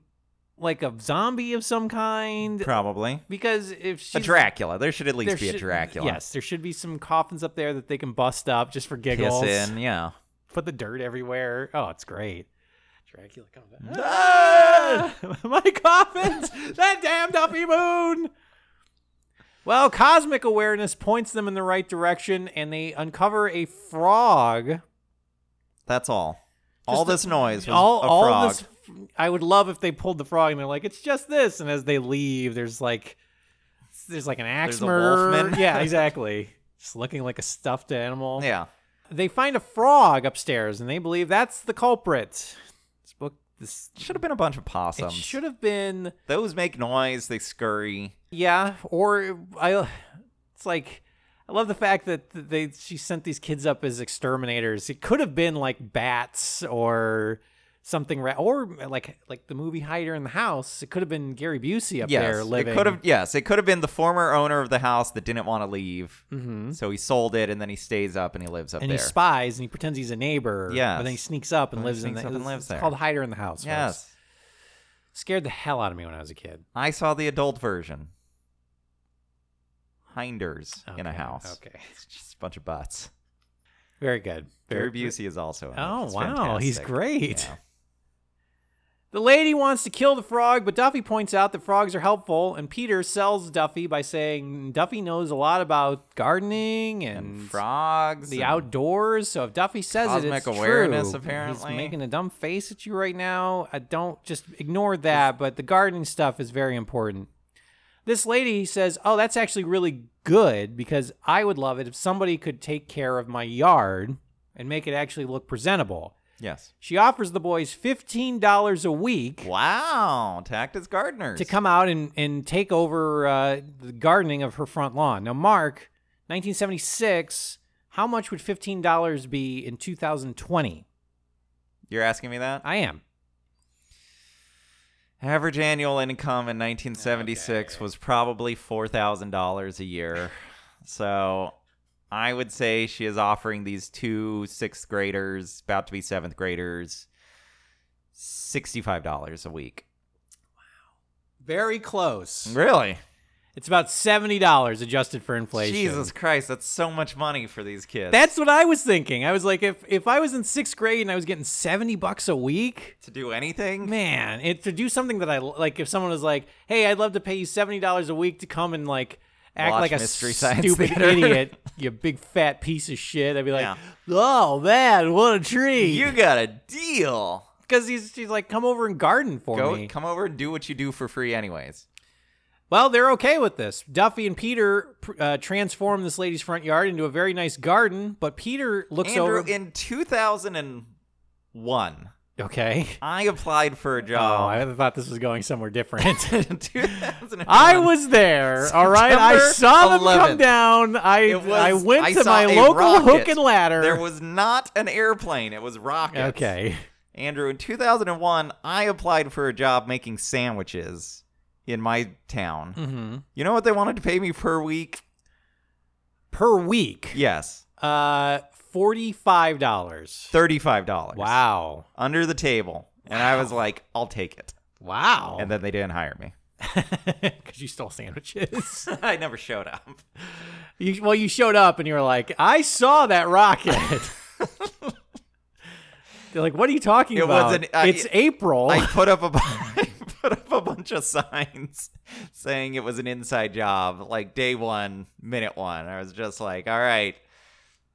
like a zombie of some kind
Probably
because if she's,
a Dracula. There should at least
there
be a
should-
Dracula.
Yes, there should be some coffins up there that they can bust up just for
Kiss
giggles.
in, yeah.
Put the dirt everywhere. Oh, it's great. Dracula comes back.
Ah!
*laughs* My coffins! that damn Duffy Moon! Well, cosmic awareness points them in the right direction, and they uncover a frog.
That's all. all
Just a-
this noise was
all,
a
all
frog.
this. I would love if they pulled the frog, and they're like, "It's just this." And as they leave, there's like, there's like an axe
There's a
murderer.
*laughs* wolfman.
yeah, exactly. Just looking like a stuffed animal.
Yeah.
They find a frog upstairs, and they believe that's the culprit. This book, this
Should have been a bunch of
it
possums.
should have been.
Those make noise. They scurry.
Yeah, or I. It's like I love the fact that they she sent these kids up as exterminators. It could have been like bats or something, ra- or like like the movie Hider in the House. It could have been Gary Busey up
yes,
there living.
it could have. Yes, it could have been the former owner of the house that didn't want to leave, mm-hmm. so he sold it, and then he stays up and he lives up
And
there.
he spies and he pretends he's a neighbor.
Yes.
but then he sneaks up and
And he
lives in. the,
sneaks up and
it's-
lives
it's
there.
Called Hider in the House. folks.
yes,
scared the hell out of me when I was a kid.
I saw the adult version. Hinders in a
Okay,
house.
okay.
it's just a bunch of butts.
Very good.
Barry Busey is also. In it.
Oh,
It's
wow, he's
fantastic.
great.
Yeah.
The lady wants to kill the frog, but Duffy points out that frogs are helpful, and Peter sells Duffy by saying Duffy knows a lot about gardening and,
And, frogs.
the
and-
outdoors. So if Duffy says it, it's
Cosmic awareness,
true.
apparently.
he's making a dumb face at you right now. I don't just ignore that, but the gardening stuff is very important. This lady says, "Oh, that's actually really good because I would love it if somebody could take care of my yard and make it actually look presentable."
Yes.
She offers the boys fifteen dollars a week
Wow, tact as gardeners.
to come out and, and take over uh, the gardening of her front lawn. Now, Mark, 1976, how much would $15 be in 2020?
You're asking me that?
I am.
Average annual income in 1976 was probably $4,000 a year. so I would say she is offering these two sixth graders, about to be seventh graders, $65 a week.
Very close.
Really?
It's about $70 adjusted for inflation.
Jesus Christ, that's so much money for these kids.
That's what I was thinking. I was like, if, if I was in sixth grade and I was getting 70 bucks a week,
to do anything?
man, it, to do something that I l- like, if someone was like, hey, I'd love to pay you $70 a week to come and like, act
Watch
like a
Mystery Science
stupid
Theater.
*laughs* idiot, you big fat piece of shit, I'd be like,
Yeah.
oh man, what a treat.
You got a deal.
Because he's, she's like, come over and garden for
Go
me.
come over and do what you do for free anyways.
Well, they're okay with this. Duffy and Peter pr- uh, transform this lady's front yard into a very nice garden, but Peter looks
Andrew,
over.
in 2001,
okay.
I applied for a
Oh,
job.
I thought this was going somewhere different.
*laughs*
*laughs*
in 2001.
I was
*laughs*
there. All right, I
September
saw them
11th.
come down. I
It was-
I went
I
to
saw
my
a
local
rocket.
hook and ladder.
There was not an airplane. It was rockets.
okay.
Andrew, in 2001, I applied for a job making sandwiches in my town.
hmm
You know what they wanted to pay me per week?
Per week,
Yes,
uh, forty five dollars.
thirty-five dollars.
Wow.
Under the table, and I was like, "I'll take it."
Wow.
And then they didn't hire me. *laughs*
*laughs* because you stole sandwiches. *laughs*
I never showed up.
You, well, you showed up and you were like, "I saw that
*laughs*
rocket." They're like, "What are you talking
It
about?"
was an- uh, I-
it's April.
*laughs* I put up a bu- I put up a bunch bunch of signs saying it was an inside job, like day one, minute one. I was just like, all right,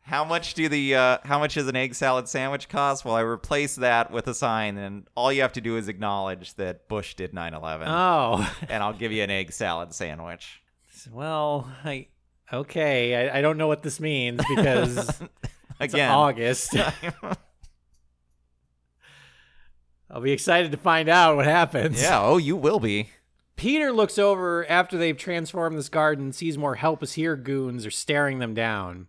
how much do the uh, how much is an egg salad sandwich cost? Well, I replace that with a sign, and all you have to do is acknowledge that Bush did 9/11,
Oh, *laughs*
and I'll give you an egg salad sandwich.
well, I okay. I, I don't know what this means
*laughs*
because it's
Again, *laughs*
August. *laughs* I'll be excited to find out what happens.
yeah. Oh, you will be.
Peter looks over after they've transformed this garden and sees more helpless here goons are staring them down.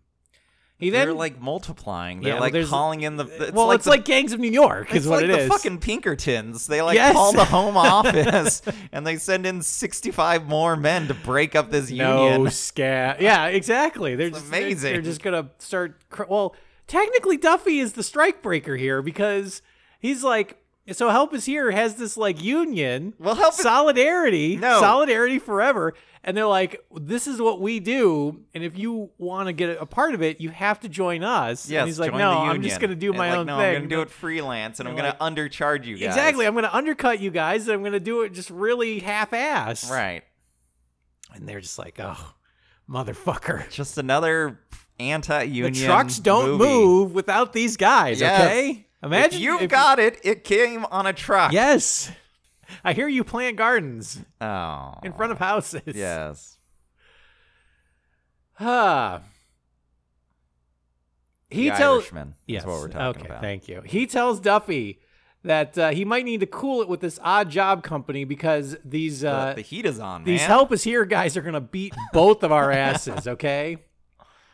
He then
They're like multiplying. They're
Yeah, well,
like
there's-
calling in the. It's
well,
like
it's
the
like gangs of New York
It's
is what
like
it
the
is.
fucking Pinkertons. They like
Yes.
call the
*laughs*
home office and they send in 65 more men to break up this
no
union.
scam. Yeah, exactly. They're just they're-
amazing.
They're just gonna start. Cr- well, technically, Duffy is the strike breaker here because he's like. So help is here has this like union.
Well, Help Is-
solidarity.
No.
solidarity forever. And they're like, this is what we do, and if you want to get a part of it, you have to join us.
*laughs* Yes,
and he's like,
join
no,
the
I'm just
union."
gonna do
And,
my
like,
own
no,
thing.
I'm gonna do it freelance and I'm gonna undercharge you guys.
Exactly. I'm going to undercut you guys and I'm going to do it just really half ass.
right.
And they're just like, oh, motherfucker.
Just another
The
anti-union.
trucks don't
movie.
move without these guys,
Yes.
okay? Imagine.
If you
if-
got it. It came on a truck.
Yes. *laughs* I hear you plant gardens
Oh.
in front of houses.
Yes.
Huh. He
the
tells.
Irishman.
Yes.
Is what we're talking
okay,
about.
thank you. He tells Duffy that uh, he might need to cool it with this odd job company because these
The-
uh,
the heat is on,
These
man.
help us here guys are gonna beat both of
*laughs*
our asses, okay?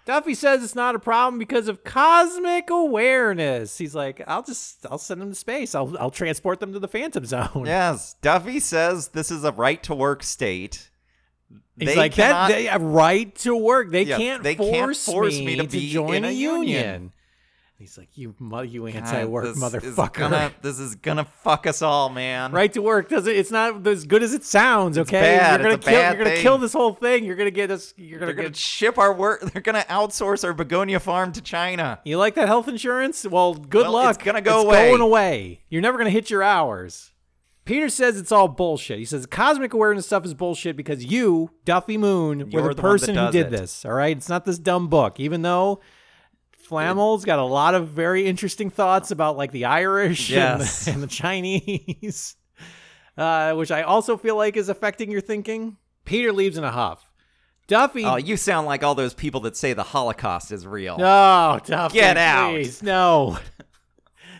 Duffy says it's not a problem because of cosmic awareness. He's like, I'll just I'll send them to space. I'll I'll transport them to the Phantom Zone.
Yes. Duffy says this is a right to work state.
He's
They
like
cannot-
that they have right to work. They
Yeah,
can't
they
force,
can't force me to be
join
in a
a
union.
union. He's like, You mu- you
God,
anti work
this is
motherfucker. *laughs*
gonna- *laughs* this is gonna fuck us all, man.
Right to work doesn't. It's not as good as it sounds. Okay,
bad.
you're gonna
It's a
kill.
bad
You're gonna
thing.
kill this whole thing. You're gonna get us. You're
They're
gonna
gonna
get
ship our work. *laughs* They're gonna outsource our begonia farm to China.
You like that health insurance? Well, good
Well,
luck.
it's gonna go
It's
away.
going away. You're never gonna hit your hours. Peter says it's all bullshit. He says cosmic awareness stuff is bullshit because you, Duffy Moon,
You're
were
the one
the
that
person who
does
did
it.
this. All right, it's not this dumb book. Even though Flamel's got a lot of very interesting thoughts about like the Irish and the-
Yes.
and, the, Chinese, *laughs* uh, which I also feel like is affecting your thinking. Peter leaves in a huff. Duffy
Oh, you sound like all those people that say the Holocaust is real.
no, Duffy.
Get out.
Please, no. *laughs*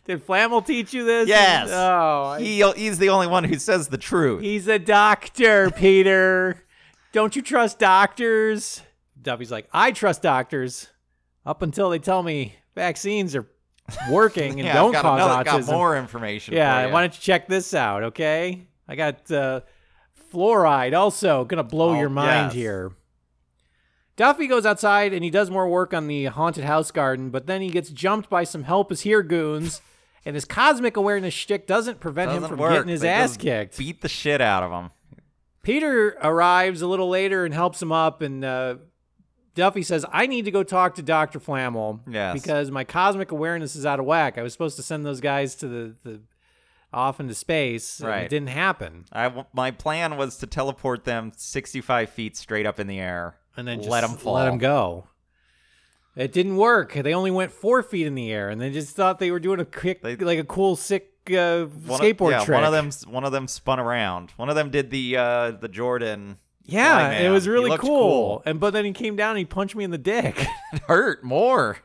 Did Flammel teach you this?
Yes.
Oh, I-
He, he's the only one who says the truth.
he's a doctor, Peter. Don't you trust doctors? Duffy's like, I trust doctors up until they tell me vaccines are working and
*laughs* yeah, I've
don't
got
cause
another-
autism.
Got more information.
yeah,
for
why don't you check this out, okay? I got uh, fluoride also gonna blow
Oh,
your mind
yes.
here. Duffy goes outside and he does more work on the haunted house garden, but then he gets jumped by some help is here goons, and his cosmic awareness shtick doesn't prevent
Doesn't
him from
work.
getting his
They
ass
just
kicked.
Beat the shit out of him.
Peter arrives a little later and helps him up, and uh, Duffy says, "I need to go talk to Doctor Flammel
Yes.
because my cosmic awareness is out of whack. I was supposed to send those guys to the, the off into space, and
Right.
it didn't happen.
I w- my plan was to teleport them 65 feet straight up in the air
And then just
let them fall.
let them go. It didn't work. They only went four feet in the air, and they just thought they were doing a quick,
They-
like a cool, sick uh,
One of-
skateboard
yeah,
trick.
One of them, one of them spun around. One of them did the uh, the Jordan.
yeah,
fly
it was
man. He
really
looked cool.
And but then he came down and he punched me in the dick. *laughs*
It hurt more.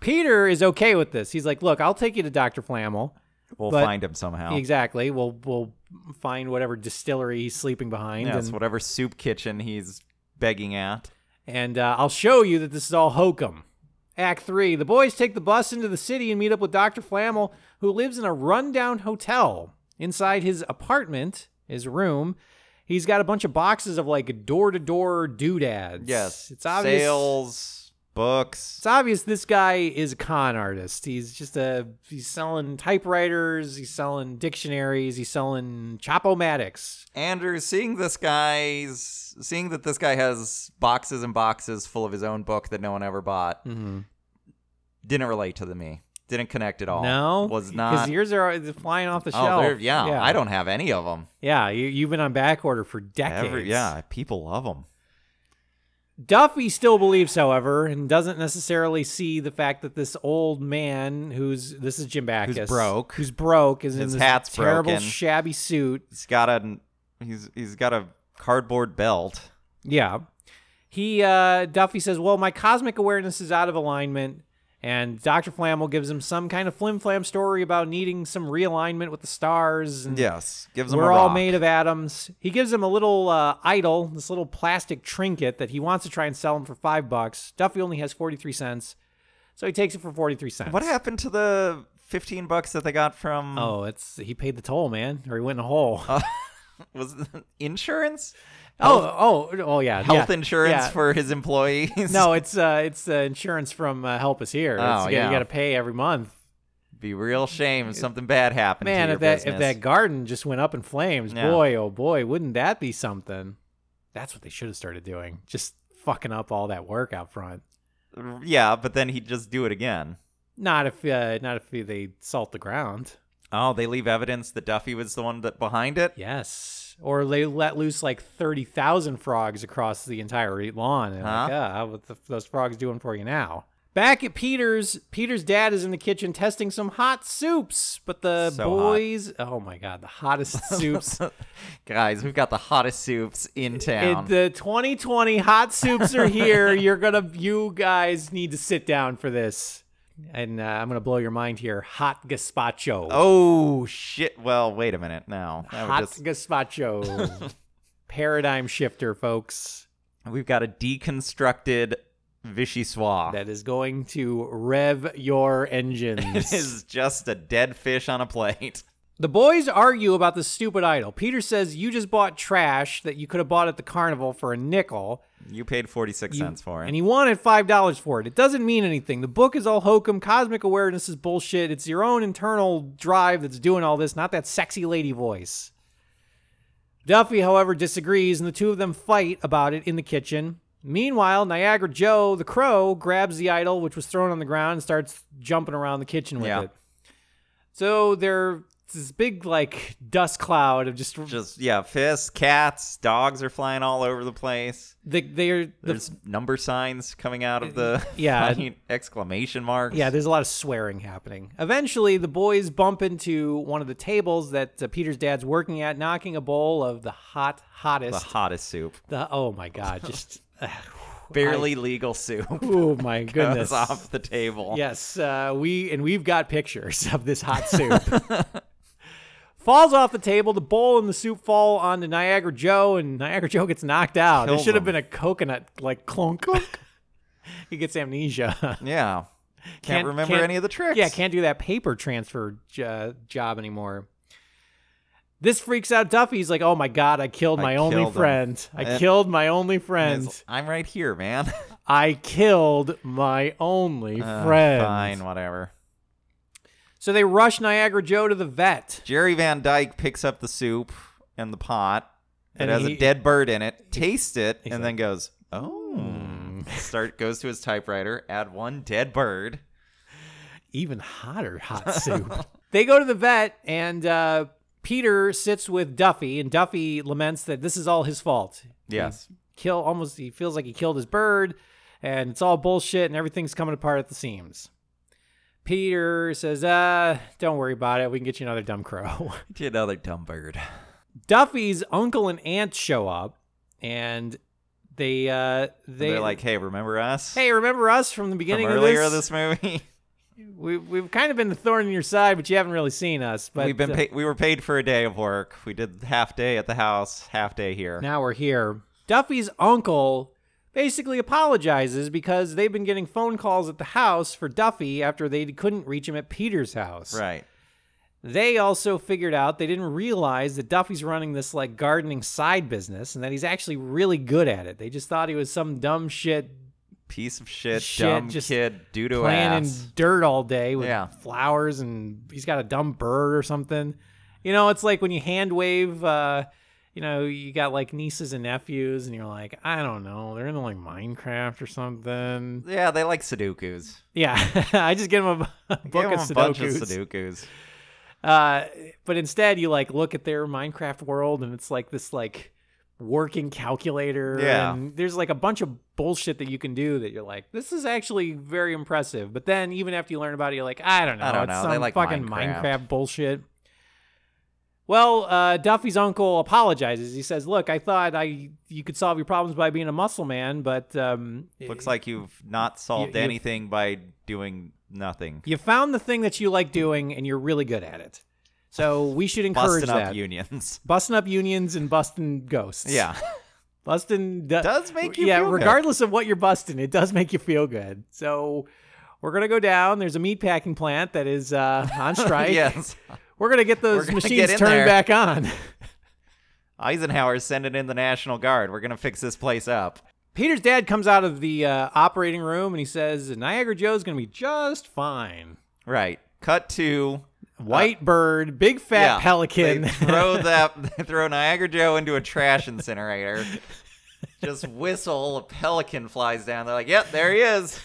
Peter is okay with this. He's like, "Look, I'll take you to Doctor Flammel.
We'll
But-
find him somehow.
Exactly. We'll we'll find whatever distillery he's sleeping behind,
Yes,
and,
whatever soup kitchen he's begging at.
and uh, I'll show you that this is all hokum." Act three: The boys take the bus into the city and meet up with Doctor Flammel, who lives in a rundown hotel. Inside his apartment, his room, he's got a bunch of boxes of like door-to-door doodads. it's obvious.
Sales, books.
it's obvious this guy is a con artist. He's just a he's selling typewriters, he's selling dictionaries, he's selling chopomatics.
Andrew, seeing this guy's, seeing that this guy has
Mm-hmm.
boxes and boxes full of his own book that no one ever bought, didn't relate to the me. Didn't connect at all.
No,
Oh, was
because
not.
yours are flying off the
oh,
shelf.
they're- yeah, I don't have any of them.
Yeah, you, you've been on back order for decades.
Ever, yeah, people love them.
Duffy still believes, however, and doesn't necessarily see the fact that this old man, who's this is Jim Backus,
broke.
who's broke, is
His
in this
hat's
terrible,
broken.
shabby suit.
He's got a he's he's got a cardboard belt.
Yeah, he uh, Duffy says, "Well, my cosmic awareness is out of alignment." And Doctor Flamel gives him some kind of flim flam story about needing some realignment with the stars. And
Yes, gives him.
Mm. We're
a
all
rock.
made of atoms. He gives him a little uh, idol, this little plastic trinket that he wants to try and sell him for five bucks. Duffy only has 43 cents, so he takes it for 43 cents.
What happened to the fifteen bucks that they got from?
Oh, it's he paid the toll, man, or he went in a hole.
Uh, was it *laughs* insurance?
*laughs* oh, oh, oh, yeah,
Health
yeah,
insurance
yeah.
for his *laughs* employees.
no, it's uh, it's uh, insurance from uh, Help Us Here. It's-
Oh,
you gotta-
yeah.
you got to pay every month.
be real shame if something bad happened. to
Man,
your
if that
business.
if that garden just went up in flames,
Yeah.
boy, oh boy, wouldn't that be something? That's what they should have started doing. Just fucking up all that work out front.
yeah, but then he'd just do it again.
Not if uh, not if they salt the ground.
Oh, they leave evidence that Duffy was the one that behind it.
Yes, or they let loose like thirty thousand frogs across the entire e-, lawn, and like,
Huh?
ah, what the, those frogs doing for you now? Back at Peter's, Peter's dad is in the kitchen testing some hot soups, but the
So hot.
boys, oh my god, the
*laughs*
hottest soups.
Guys, we've got the hottest soups in town.
It, the 2020 hot soups are
*laughs*
here. You're gonna, you guys need to sit down for this, and uh, I'm gonna blow your mind here. Hot gazpacho.
oh shit! Well, wait a minute now. That would
Hot
just- *laughs*
gazpacho. Paradigm shifter, folks.
we've got a deconstructed vichyssoise.
That is going to rev *laughs* your engines.
*laughs* it is just a dead fish on a plate.
The boys argue about the stupid idol. Peter says, You just bought trash that you could have bought at the carnival for a nickel.
You paid forty six
You-
cents for it.
And he wanted $5 for it. It doesn't mean anything. The book is all hokum. Cosmic awareness is bullshit. It's your own internal drive that's doing all this, not that sexy lady voice. Duffy, however, disagrees, and the two of them fight about it in the kitchen. Meanwhile, Niagara Joe, the crow, grabs the idol, which was thrown on the ground, and starts jumping around the kitchen with
Yeah.
it. So there's this big, like, dust cloud of just,
just yeah, fists, cats, dogs are flying all over the place.
the, they're, the, Uh,
There's number signs coming out of the
*laughs* Yeah.
*laughs* fucking exclamation marks.
Yeah, there's a lot of swearing happening. Eventually, the boys bump into one of the tables that uh, Peter's dad's working at, knocking a bowl of the hot,
the
hottest.
hottest soup,
the- oh my *laughs* god, just uh, *sighs*
barely
*laughs*
legal soup, *laughs*
oh my goodness.
goes off the table.
Yes, uh, we and we've got pictures of this *laughs* hot soup. Falls off the table. The bowl and the soup fall onto Niagara Joe, and Niagara Joe gets knocked out. There
Killed
should have
him.
been a coconut like clunk. clunk. *laughs* he gets amnesia.
Yeah. Can't, remember any of the tricks.
Yeah, can't do that paper transfer j- job anymore. This freaks out Duffy. He's like, "Oh my god, I killed
I
my only
killed him.
friend. I
Eh.
killed my only
And
friend.
it's- I'm right here, man. *laughs*
I killed my only
Uh,
friend."
Fine, whatever.
So they rush Niagara Joe to the vet.
Jerry Van Dyke picks up the soup and the pot. It
And
has
he-
a dead bird in it. Tastes it and then goes, "Oh."
Hmm.
Start goes to his typewriter. Add one dead bird.
Even hotter
*laughs*
hot soup. they go to the vet, and uh, Peter sits with Duffy, and Duffy laments that this is all his fault.
Yes.
kill almost he feels like he killed his bird and it's all bullshit and everything's coming apart at the seams peter says uh don't worry about it we can get you another dumb crow *laughs*
Get another dumb bird.
duffy's uncle and aunt show up and they uh they
They, are like, "Hey, remember us?"
hey remember us from the beginning
from earlier
of this, *laughs*
movie. *laughs*
We, we've kind of been the thorn in your side but you haven't really seen us but
We've been
uh,
pa- we were paid for a day of work. We did half day at the house, half day here.
Now we're here. Duffy's uncle basically apologizes because they've been getting phone calls at the house for Duffy after they couldn't reach him at Peter's house.
Right.
They also figured out they didn't realize that Duffy's running this like gardening side business and that he's actually really good at it. They just thought he was some dumb shit
Piece of shit,
Shit,
dumb
just
kid, doo doo
playing in
ass.
dirt all day with
Yeah.
flowers and he's got a dumb bird or something. You know, it's like when you hand wave uh, you know, you got like nieces and nephews, and you're like, I don't know, they're into like Minecraft or something.
Yeah, they like Sudokus.
Yeah, *laughs* I just give them a, b- book of
Give 'em a bunch of
Sudokus.
Sudokus.
Uh, but instead, you like look at their Minecraft world, and it's like this like working calculator.
Yeah.
and there's like a bunch of bullshit that you can do that you're like, this is actually very impressive. But then even after you learn about it, you're like, I don't know,
I don't
it's
know.
some
They like
fucking
Minecraft."
bullshit. Well, uh, Duffy's uncle apologizes. He says, "Look, I thought I you could solve your problems by being a muscle man, but um,
Looks like you've not solved
you-
anything by doing nothing.
you found the thing that you like doing, and you're really good at it. So we should encourage
Busting
that. *laughs*
up unions.
busting up unions and busting ghosts.
yeah.
busting do-
Does make you
yeah.
feel good.
regardless of what you're busting, it does make you feel good. So we're gonna go down. There's a meat packing plant that is uh,
*laughs*
on strike.
yes.
we're gonna get
We're
those
gonna
machines
get in
turned
there.
back on. *laughs*
Eisenhower's sending in the National Guard. We're going to fix this place up.
Peter's dad comes out of the uh, operating room and he says Niagara Joe's gonna be just fine.
Right. Cut to
White bird, big fat
Uh, yeah,
pelican.
They throw that they throw Niagara Joe into a trash incinerator. Just whistle, a pelican flies down. They're like, "Yep, there he is."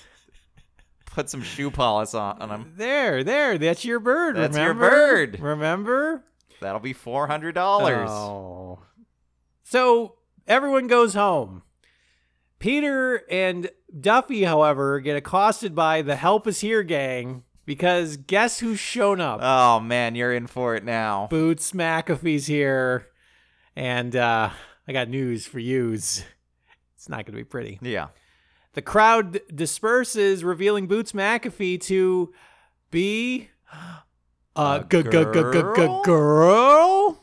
Put some shoe polish on, on him.
*laughs* there, there. That's your bird.
That's your
remember?
bird.
Remember?
That'll be four hundred dollars.
Oh. So everyone goes home. Peter and Duffy, however, get accosted by the Help Is Here gang because guess who's shown up?
Oh man, you're in for it now.
Boots McAfee's here. And uh, I got news for yous. It's not going to be pretty.
Yeah.
The crowd disperses, revealing Boots McAfee to be a
A
g- g- g- g- g-
girl?
girl.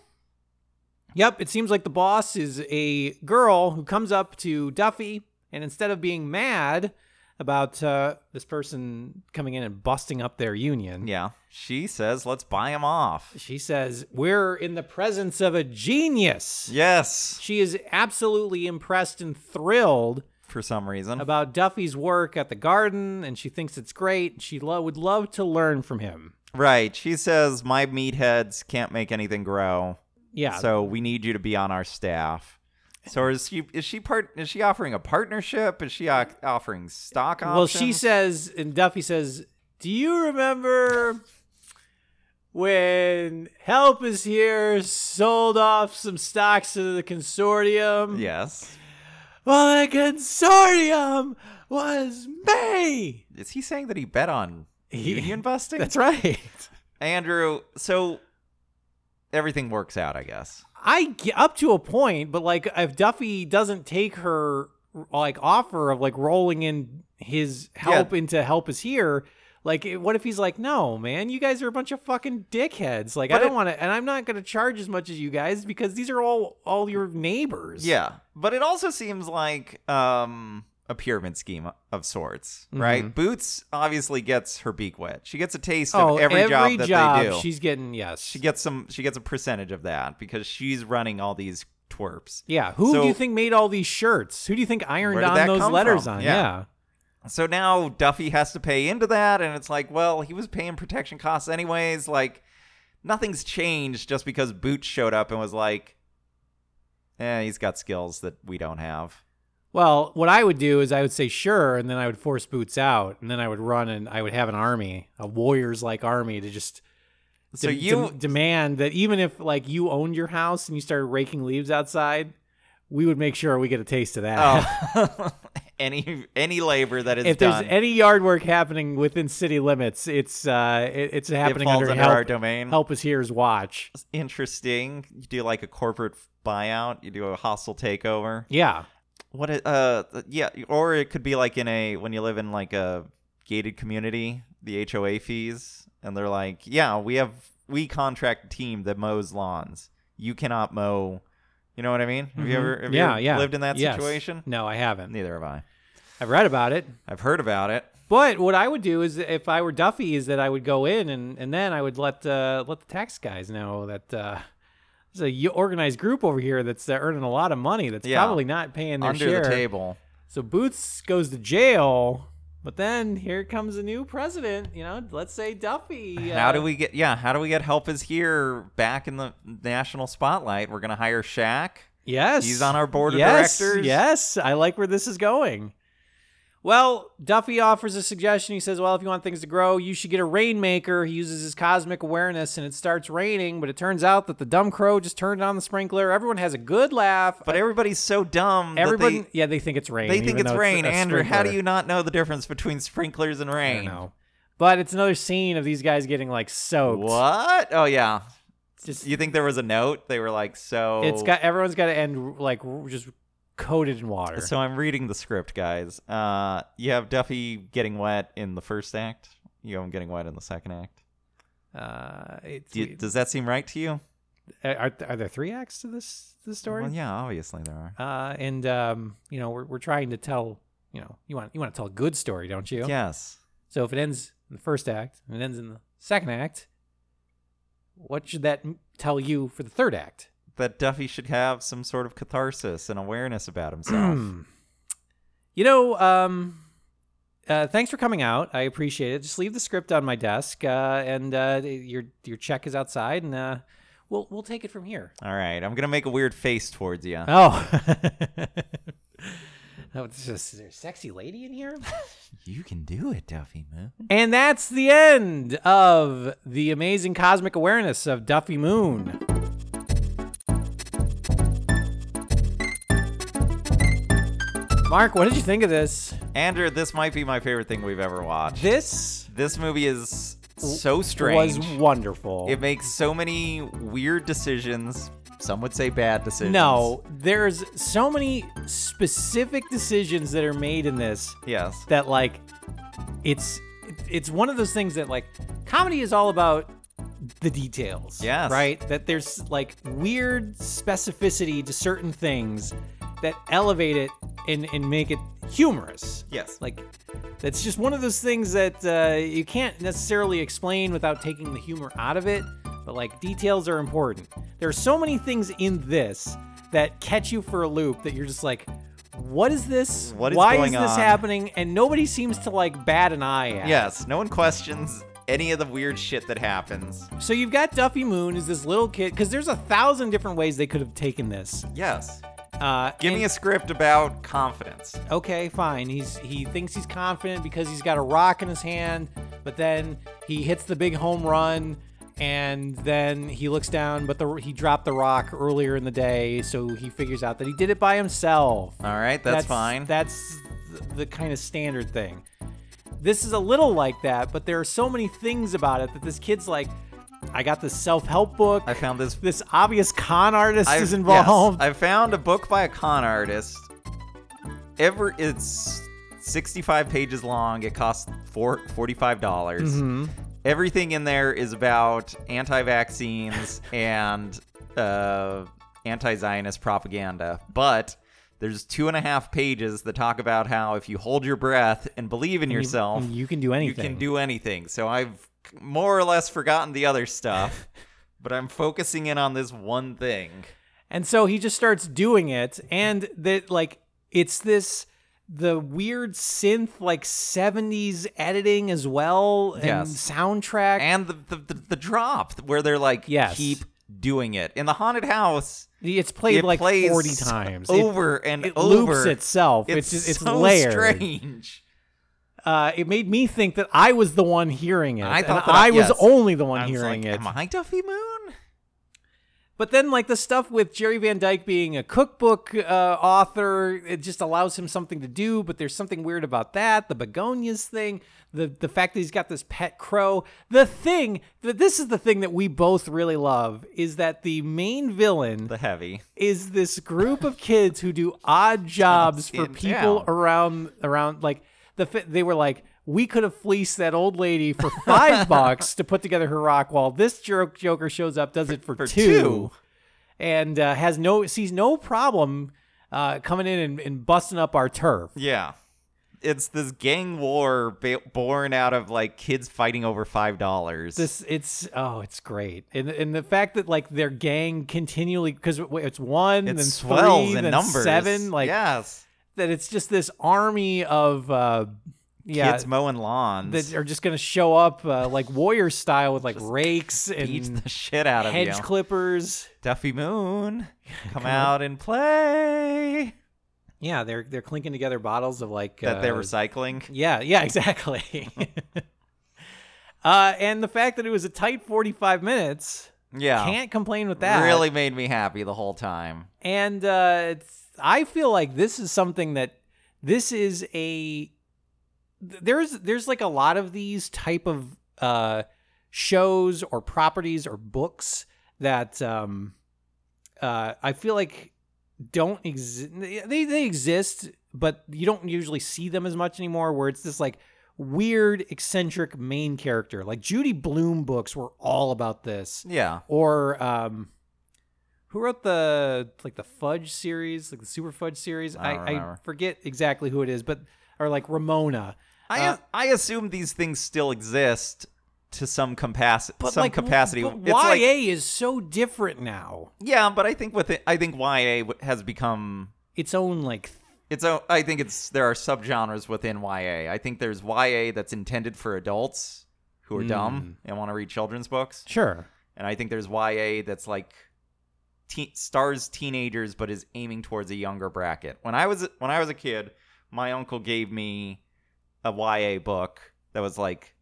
Yep, it seems like the boss is a girl who comes up to Duffy, and instead of being mad about uh, this person coming in and busting up their union,
Yeah. She says, "Let's buy him off."
she says, "We're in the presence of a genius."
Yes.
She is absolutely impressed and thrilled
For some reason.
about Duffy's work at the garden, and she thinks it's great. She lo- would love to learn from him.
Right. She says, "My meatheads can't make anything grow."
Yeah.
So we need you to be on our staff. So is she is she part is she offering a partnership? Is she o- offering stock options?
well, she says, and Duffy says, "Do you remember when Help is here sold off some stocks to the consortium?
yes.
Well, the consortium was me.
Is he saying that he bet on
He- *laughs*
union busting?
That's right."
Andrew. So everything works out, I guess.
I get up to a point, but like if Duffy doesn't take her like offer of like rolling in his help
Yeah.
into help is here, like it- what if he's like, no, man, you guys are a bunch of fucking dickheads. Like I
But
don't
it-
want to, and I'm not gonna charge as much as you guys because these are all all your neighbors.
Yeah, but it also seems like um a pyramid scheme of sorts,
Mm-hmm.
right? Boots obviously gets her beak wet. She gets a taste
Oh,
of every, job that
job
they do.
she's getting yes.
she gets some. She gets a percentage of that because she's running all these twerps.
yeah. Who do
So-
you think made all these shirts? Who do you think ironed
did that
on those
come
letters
from?
on?
Yeah.
yeah.
So now Duffy has to pay into that, and it's like, well, he was paying protection costs anyways. Like, nothing's changed just because Boots showed up and was like, eh, he's got skills that we don't have.
Well, what I would do is I would say sure, and then I would force Boots out, and then I would run and I would have an army, a warriors like army, to just
So
de-
you,
de- demand that even if like you owned your house and you started raking leaves outside, we would make sure we get a taste of that. *laughs*
oh, *laughs* any any labor that is
if
done,
there's any yard work happening within city limits, it's uh, it, it's happening
falls
under,
under
help,
our domain.
Help is here's watch.
interesting. You do like a corporate buyout. You do a hostile takeover.
Yeah,
What? It, uh, yeah. Or it could be like in a when you live in like a gated community, the HOA fees, and they're like, yeah, we have we contract a team that mows lawns. You cannot mow. You know what I mean? Have you ever have you
Mm-hmm. yeah,
ever
yeah.
lived in that
Yes.
situation?
No, I haven't.
Neither have I.
I've read about it.
I've heard about it.
But what I would do is, if I were Duffy, is that I would go in and, and then I would let uh, let the tax guys know that uh, there's a y- organized group over here that's uh, earning a lot of money that's
Yeah.
probably not paying their
Under
share.
the table.
So Boots goes to jail, But then here comes a new president. You know, let's say Duffy.
How
uh,
do we get? Yeah, how do we get help is here back in the national spotlight? We're gonna hire Shaq.
Yes.
He's on our board of
yes,
directors.
Yes. I like where this is going. Well, Duffy offers a suggestion. He says, Well, if you want things to grow, you should get a rainmaker. He uses his cosmic awareness and it starts raining, but it turns out that the dumb crow just turned on the sprinkler. Everyone has a good laugh.
But everybody's so dumb. that
Everybody,
they-
yeah, they think it's rain.
They
even
think it's
though
rain.
a
Andrew, how do
sprinkler.
you not know the difference between sprinklers and
I
rain?
don't know. But it's another scene of these guys getting like soaked.
What? Oh yeah.
Just-
you think there was a note? They were like, so
It's got everyone's got to end like r- just coated in water.
So I'm reading the script, guys. Uh, you have Duffy getting wet in the first act. You have him getting wet in the second act.
uh, it's,
Do you- does that seem right to you?
are, are there three acts to this this story?
Well, yeah, obviously there are.
uh, and um, you know we're, we're trying to tell you know you want you want to tell a good story don't you
Yes.
so if it ends in the first act and it ends in the second act what should that m- tell you for the third act
That Duffy should have some sort of catharsis and awareness about
*clears throat*
himself.
Hmm. you know um uh, thanks for coming out. I appreciate it. Just leave the script on my desk, uh, and uh, your your check is outside, and uh, we'll we'll take it from here.
All right, I'm gonna make a weird face towards you.
*laughs* Oh, oh it's just, is there a sexy lady in here?
You can do it, Duffy man.
And that's the end of the amazing cosmic awareness of Duffy Moon. Mark, what did you think of this?
Andrew, this might be my favorite thing we've ever watched.
This
This movie is so strange.
was wonderful.
It makes so many weird decisions. Some would say bad decisions.
no, there's so many specific decisions that are made in this
Yes.
that like it's it's one of those things that like comedy is all about the details
Yes.
right that there's like weird specificity to certain things that elevate it and and make it humorous
Yes.
like that's just one of those things that uh, you can't necessarily explain without taking the humor out of it but like details are important there are so many things in this that catch you for a loop that you're just like what is this
What is
why
going
is this
on?
happening and nobody seems to like bat an eye at it.
Yes. No one questions any of the weird shit that happens.
so you've got duffy moon is this little kid because there's a thousand different ways they could have taken this
Yes.
uh
Give me a script about confidence.
okay, fine. He's he thinks he's confident because he's got a rock in his hand, but then he hits the big home run and then he looks down but the he dropped the rock earlier in the day, so he figures out that he did it by himself.
All right, that's, fine.
That's th- the kind of standard thing. This is a little like that, but there are so many things about it that this kid's like I got this self-help book.
I found this.
this obvious con artist
I-
is
yes,
involved.
I found a book by a con artist. Ever, it's 65 pages long. It costs four, $45. dollars
Mm-hmm.
Everything in there is about anti vaccines *laughs* and uh, anti Zionist propaganda. But there's two and a half pages that talk about how if you hold your breath and believe in
You-
yourself,
you, can do anything.
you can do anything. So I've more or less forgotten the
*laughs*
other stuff, but I'm focusing in on this one thing.
And so he just starts doing it, and that like it's this the weird synth like 70s editing as well and
Yes.
soundtrack
And the the, the, the drop where they're like,
Yes.
keep doing it. In the haunted house,
it's played
it
like
plays
40 times It-
over and
it
over.
loops itself
It's,
it's just it's
so
layered
strange.
uh it made me think that i was the one hearing it
I thought
and
that
i was
yes.
only the one
I was
hearing
like,
it
Am I Duffy Moon?
But then, like the stuff with Jerry Van Dyke being a cookbook uh, author, it just allows him something to do. But there's something weird about that. The begonias thing, the the fact that he's got this pet crow. The thing that this is the thing that we both really love is that the main villain
The heavy.
is this group of kids who do odd jobs for
in
people
town.
around around like the fi- they were like we could have fleeced that old lady for
*laughs*
five bucks to put together her rock wall. This jerk joker shows up, does it for,
for
two,
two.
and uh, has no sees no problem uh, coming in and, and busting up our turf.
Yeah. It's this gang war ba- born out of like kids fighting over five dollars.
This it's oh it's great, and and the fact that like their gang continually because it's one
it
then
swells
three
in
then
numbers.
seven like
yes,
that it's just this army of uh, yeah,
kids mowing lawns
that are just gonna show up uh, like warrior style with like rakes
beats
and
the shit out of
hedge
you.
clippers.
Duffy Moon, come out and play.
Yeah, they're they're clinking together bottles of like
That they're
uh,
recycling.
Yeah, yeah, *laughs* exactly. uh, and the fact that it was a tight 45 minutes,
Yeah,
can't complain with that.
really made me happy the whole time.
And uh, it's, I feel like this is something that this is a th- there's there's like a lot of these type of uh, shows or properties or books that um, uh, I feel like don't exist. They they exist, but you don't usually see them as much anymore. Where it's this like weird eccentric main character like Judy Bloom books were all about this
Yeah,
or um who wrote the like the fudge series like the super fudge series
I
i,
don't
I,
remember.
forget exactly who it is but or like ramona
I
Uh,
I assume these things still exist to some capacity.
but
Some
like
capacity.
but
It's
ya
like-
is so different now
yeah, but I think with it, I think YA w- has become
its own like
it's a, I think it's there are subgenres within YA. I think there's YA that's intended for adults who are dumb and want to read children's books,
sure
and I think there's YA that's like teen, stars teenagers but is aiming towards a younger bracket. When I was when I was a kid, my uncle gave me a YA book that was like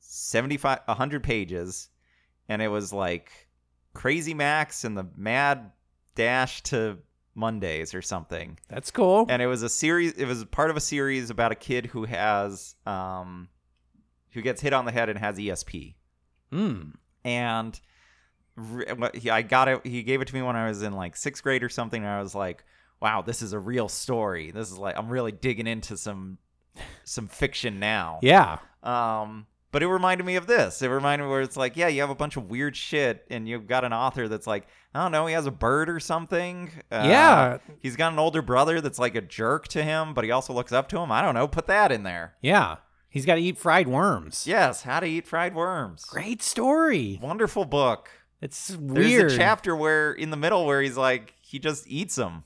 75 100 pages and it was like Crazy Max and the Mad Dash to Mondays or something
that's cool
and it was a series it was part of a series about a kid who has um who gets hit on the head and has E esp
mm.
and re- what- he- i got it he gave it to me when i was in like sixth grade or something and i was like wow this is a real story this is like i'm really digging into some some fiction now
yeah
um, but it reminded me of this. It reminded me where it's like, yeah, you have a bunch of weird shit, and you've got an author that's like, I don't know, he has a bird or something. Uh,
Yeah.
He's got an older brother that's like a jerk to him, but he also looks up to him. I don't know. Put that in there.
yeah he's got to eat fried worms
Yes. How to eat fried worms.
great story
Wonderful book.
it's
There's
weird
a chapter where in the middle where he's like, he just eats them.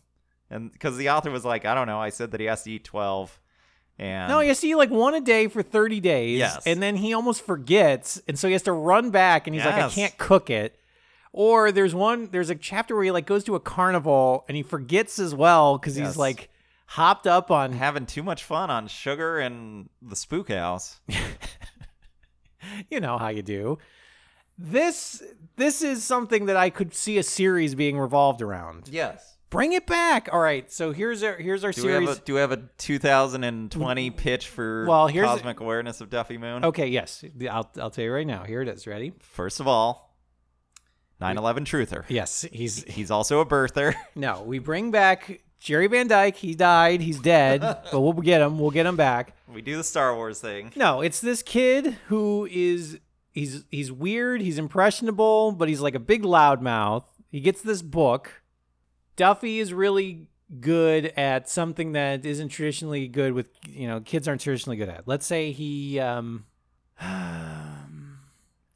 And because the author was like, I don't know, I said that he has to eat 12. And
No, you see, like one a day for 30 days.
Yes.
And then he almost forgets. And so he has to run back and he's like, I
Yes.
can't cook it. Or there's one, there's a chapter where he like goes to a carnival and he forgets as well because
Yes.
he's like hopped up on.
having too much fun on sugar and the spook house.
You know how you do. This this is something that I could see a series being revolved around.
Yes.
Bring it back. All right. So here's our here's our
Do we,
series.
have a, do we have a 2020 pitch for
Well, here's- Oh.
cosmic awareness of Duffy Moon?
okay. Yes. I'll I'll tell you right now. Here it is. Ready?
First of all, 9/11 truther.
Yes. He's
He's also a birther. *laughs*
No, we bring back Jerry Van Dyke. He died. He's dead, but we'll get him. We'll get him back.
We do the Star Wars thing.
No, it's this kid who is he's he's weird. He's impressionable, but he's like a big loudmouth. He gets this book. Duffy is really good at something that isn't traditionally good with you know kids aren't traditionally good at. Let's say he um *sighs*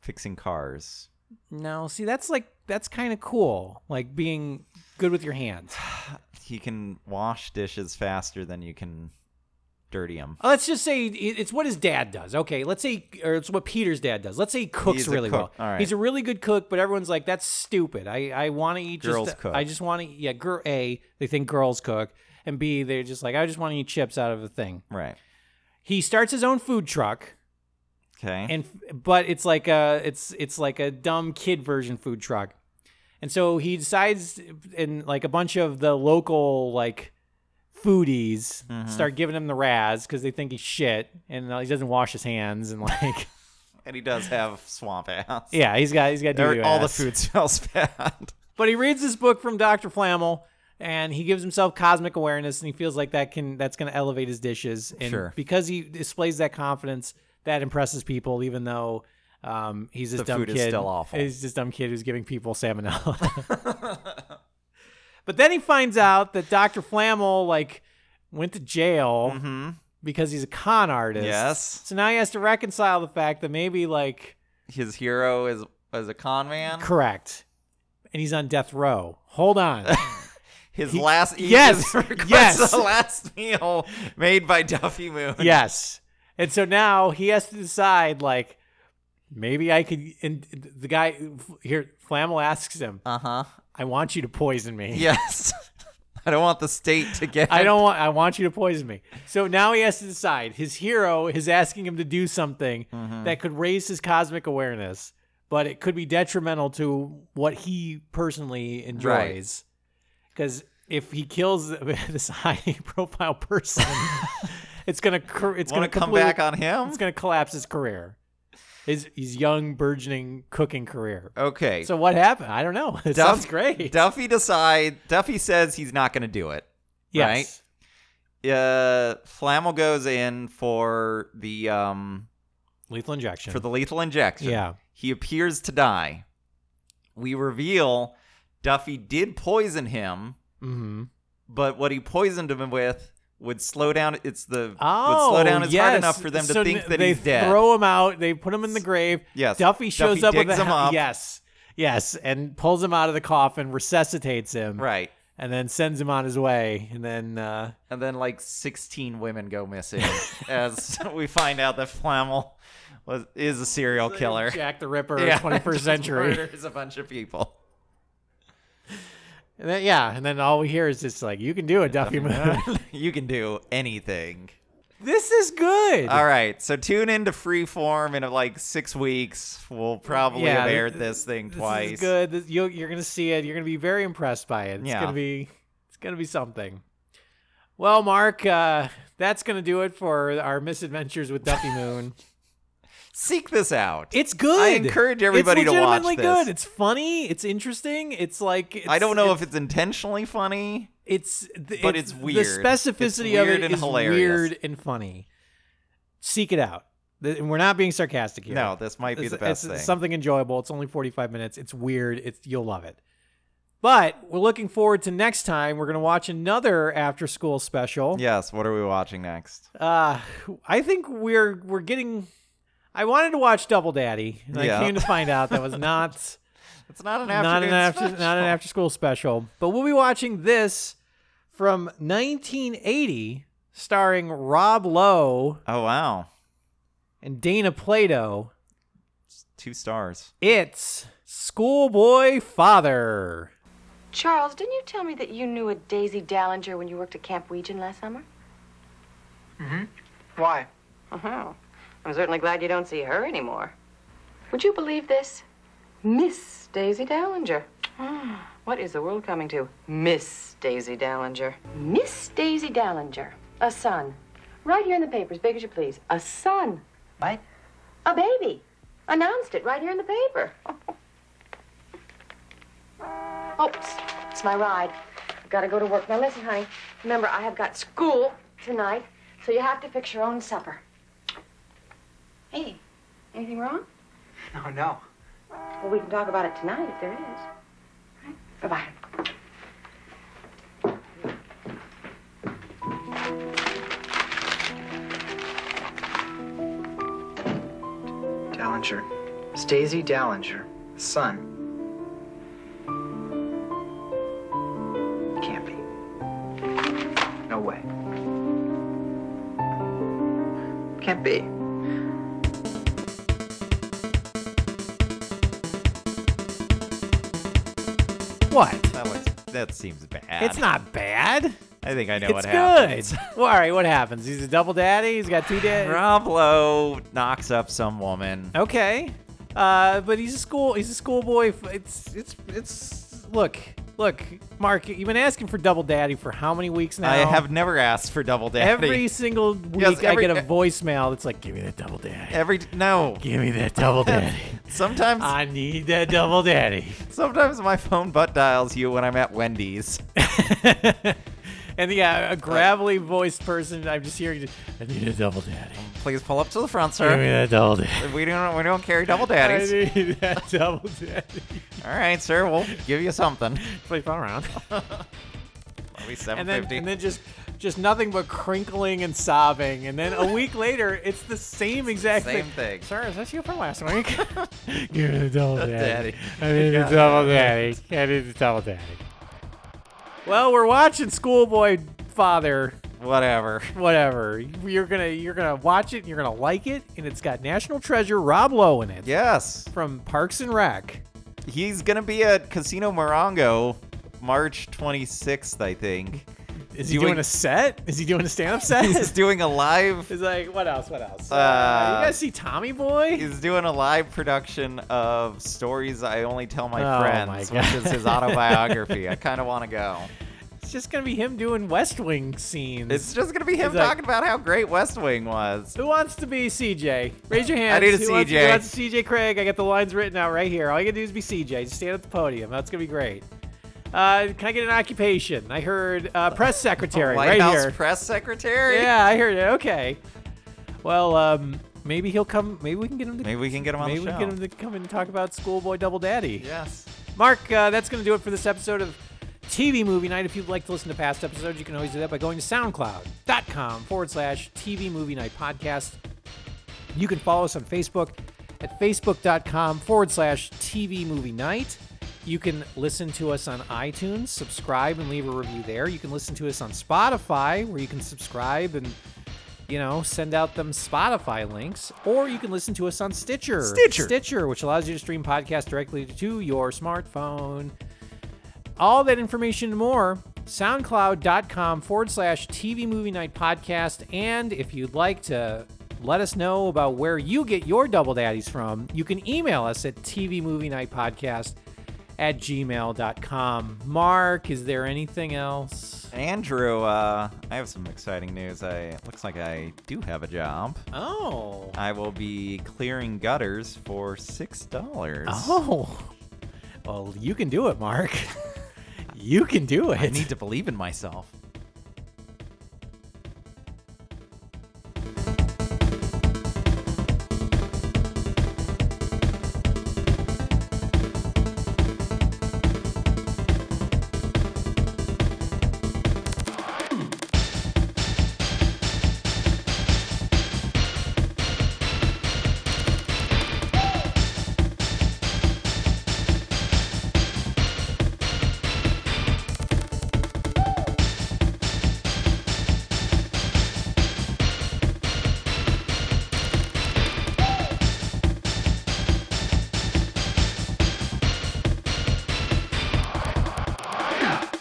Fixing cars.
no, see that's like that's kind of cool. Like being good with your hands.
He can wash dishes faster than you can dirty them.
Uh, Let's just say it- it's what his dad does. Okay, let's say, or it's what Peter's dad does. Let's say he cooks
He's a
really
cook.
well.
All right.
He's a really good cook, but everyone's like, "That's stupid. I, I want to eat
Girls
just.
cook.
I just want to. Yeah, girl. A, they think girls cook, and B, they're just like, I just want to eat chips out of a thing.
Right.
He starts his own food truck,
Okay.
and f- but it's like a, it's it's like a dumb kid version food truck, and so he decides, and like a bunch of the local like foodies
Mm-hmm.
start giving him the razz because they think he's shit and uh, he doesn't wash his hands and like *laughs*
and he does have swamp ass. *laughs*
yeah he's got he's got
There-
doo-doo
all the
ass.
food smells bad. *laughs*
but he reads this book from Dr. Flammel and he gives himself cosmic awareness and he feels like that can that's going to elevate his dishes and
Sure.
because he displays that confidence that impresses people even though um, he's this
The
dumb
food is
kid
still awful.
he's this dumb kid who's giving people salmonella *laughs* but then he finds out that Dr. Flammel like went to jail because he's a con artist
Mm-hmm. Yes.
so now he has to reconcile the fact that maybe like
His hero is is a con man.
correct and he's on death row hold on
His last
yes,
*laughs* his request
yes.
the last meal made by Duffy Moon.
Yes. And so now he has to decide, like, maybe I could. And the guy here, Flammel asks him,
Uh *laughs* huh.
I want you to poison me.
Yes. *laughs* I don't want the state to get.
I don't want. I want you to poison me. So now he has to decide. His hero is asking him to do something
Mm-hmm.
that could raise his cosmic awareness, but it could be detrimental to what he personally enjoys. Because if he kills *laughs* this high-profile
*laughs*
person, it's gonna. cor- It's
want
gonna
to come
complete-
back on him.
It's gonna collapse his career. His his young burgeoning cooking career.
Okay.
So what happened? I don't know. *laughs* It
Duff-
sounds great.
Duffy decide. Duffy says he's not going to do it.
yes.
Uh, Flammel goes in for the um
Lethal injection.
for the lethal injection.
Yeah.
He appears to die. We reveal Duffy did poison him,
hmm
but what he poisoned him with would slow down. It's the
Oh,
would slow down his
yes.
heart enough for them to
So
think
n-
that
they
he's dead.
Throw him out. They put him in the grave.
Yes.
Duffy shows
Duffy
up with
digs
a
him up.
yes, yes, and pulls him out of the coffin, resuscitates him,
right,
and then sends him on his way. And then uh,
and then like sixteen women
*laughs*
go missing as we find out that Flammel was is a serial killer.
Jack the Ripper,
*laughs* Yeah,
twenty first
just *laughs*
century.
murders a bunch of people. *laughs*
And then, yeah, and then all we hear is just like, "You can do it, Duffy Moon." *laughs*
you can do anything.
this is good.
All right, so tune into Freeform in uh, like six weeks. We'll probably
Yeah,
have
th-
aired this thing
This
twice.
is good. This- you, you're gonna see it. You're gonna be very impressed by it. It's
Yeah.
gonna be it's gonna be something. Well, Mark, uh, that's gonna do it for our misadventures with
*laughs*
Duffy Moon.
Seek this out.
it's good.
I encourage everybody
it's
to watch
legitimately
this.
good. It's funny. It's interesting. It's like it's,
I don't know if it's intentionally funny.
it's th-
but it's weird.
The
It's
specificity of
weird
it
and
is
hilarious.
weird and funny. Seek it out. Th- and We're not being sarcastic here.
No, this might be the best thing.
something enjoyable. It's only 45 minutes. It's weird. It's you'll love it. But we're looking forward to next time. We're going to watch another after school special.
Yes. What are we watching
*laughs*
next?
Uh, I think we're we're getting I wanted to watch Double Daddy, and
Yeah.
I came to find out that
*laughs*
was not
It's not an
not
afternoon.
an after
special.
not an after school special. But we'll be watching this from 1980 starring Rob Lowe
Oh wow,
and Dana Plato.
two stars.
It's Schoolboy Father.
Charles, didn't you tell me that you knew a Daisy Dallinger when you worked at Camp Weegian last summer?
Why?
Uh-huh. I'm certainly glad you don't see her anymore. Would you believe this? Miss Daisy Dallinger.
Ah.
what is the world coming to? Miss Daisy Dallinger. Miss Daisy Dallinger. A son. Right here in the papers, big as you please. A son.
What?
A baby. Announced it right here in the paper. oh, it's, it's my ride. I've got to go to work. Now listen, honey. Remember, I have got school tonight, so you have to fix your own supper. Hey, anything wrong?
No, no.
Well, we can talk about it tonight if there is. All right. Bye-bye.
Dallinger. It's Daisy Dallinger, son. Can't be. No way. Can't be.
What?
That looks, that seems bad.
It's not bad.
I think I know
it's
what
good.
*laughs* happens.
well, all right, what happens? He's a double daddy. He's got two dads.
Rob Lowe knocks up some woman.
Okay, uh, but he's a school. He's a schoolboy. f- It's it's it's. Look, look, Mark. You've been asking for double daddy for how many weeks now?
I have never asked for double daddy.
Every single week,
Yes, every- e-,
I get a voicemail that's like, "Give me that double daddy.
every
*laughs*
no.
Give me that double daddy.
Sometimes
I need that double
*laughs*
daddy."
sometimes my phone butt dials you when I'm at Wendy's.
and yeah, a gravelly voiced person. I'm just hearing. just, I need a double daddy.
Please pull up to the front,
Give me
sir.
that double daddy.
We don't we don't carry double
I *laughs*
daddies.
need that double daddy.
All right, sir. We'll give
*laughs*
you something.
Play fun
*laughs*
around.
Are we
and then
750?
and then just just nothing but crinkling and sobbing and then a week later it's the same exact
Same
thing
thing.
sir is this you from
*laughs*
last week give me the double daddy,
Daddy.
i need the double daddy i need the double daddy well we're watching schoolboy father
whatever.
Whatever. You're gonna you're gonna watch it. and You're gonna like it, and it's got National Treasure Rob Lowe in it
Yes,
from Parks and Rec.
he's gonna be at Casino Morongo March 26th,
*laughs*
I think.
Is he
Doing-
doing a set? Is he doing a stand up set?
*laughs* He's doing a live.
He's like, what else? What else? Uh,
Uh,
you guys see Tommy Boy?
He's doing a live production of stories I only tell my
Oh, my
friends,
God.
which is his
*laughs*
autobiography. I kind of want to go.
It's just gonna be him doing West Wing scenes.
It's just gonna be him
He's like-
talking about how great West Wing was.
Who wants to be CJ? Raise your hand.
I need a
Who Wants, who
CJ.
wants CJ Craig? I got the lines written out right here. All you gotta do is be CJ. Just stand at the podium. That's gonna be great. Uh, can I get an occupation? I heard uh, press
*laughs*
secretary
White
right
House
here.
press secretary.
yeah, I heard it. Okay. Well, um, maybe he'll come. Maybe we can get him to.
Maybe we can get him on
maybe
the
we
show.
can get him to come and talk about Schoolboy Double Daddy.
Yes.
Mark, uh, that's going to do it for this episode of TV Movie Night. If you'd like to listen to past episodes, you can always do that by going to soundcloud.com forward slash TV Movie Night Podcast. You can follow us on Facebook at facebook.com forward slash TV Movie Night. You can listen to us on iTunes, subscribe and leave a review there. You can listen to us on Spotify, where you can subscribe and you know, send out them Spotify links, or you can listen to us on Stitcher. Stitcher. Stitcher, which allows you to stream podcasts directly to your smartphone. All that information and more, soundcloud.com forward slash TV Movie Night Podcast. And if you'd like to let us know about where you get your double daddies from, you can email us at TV Movie Night Podcast at gmail.com. Mark, is there anything else?
Andrew, uh, I have some exciting news. I looks like I do have a job.
Oh.
I will be clearing gutters for six dollars.
Oh, well, *laughs* you can do it, Mark. you can do it.
I need to believe in myself.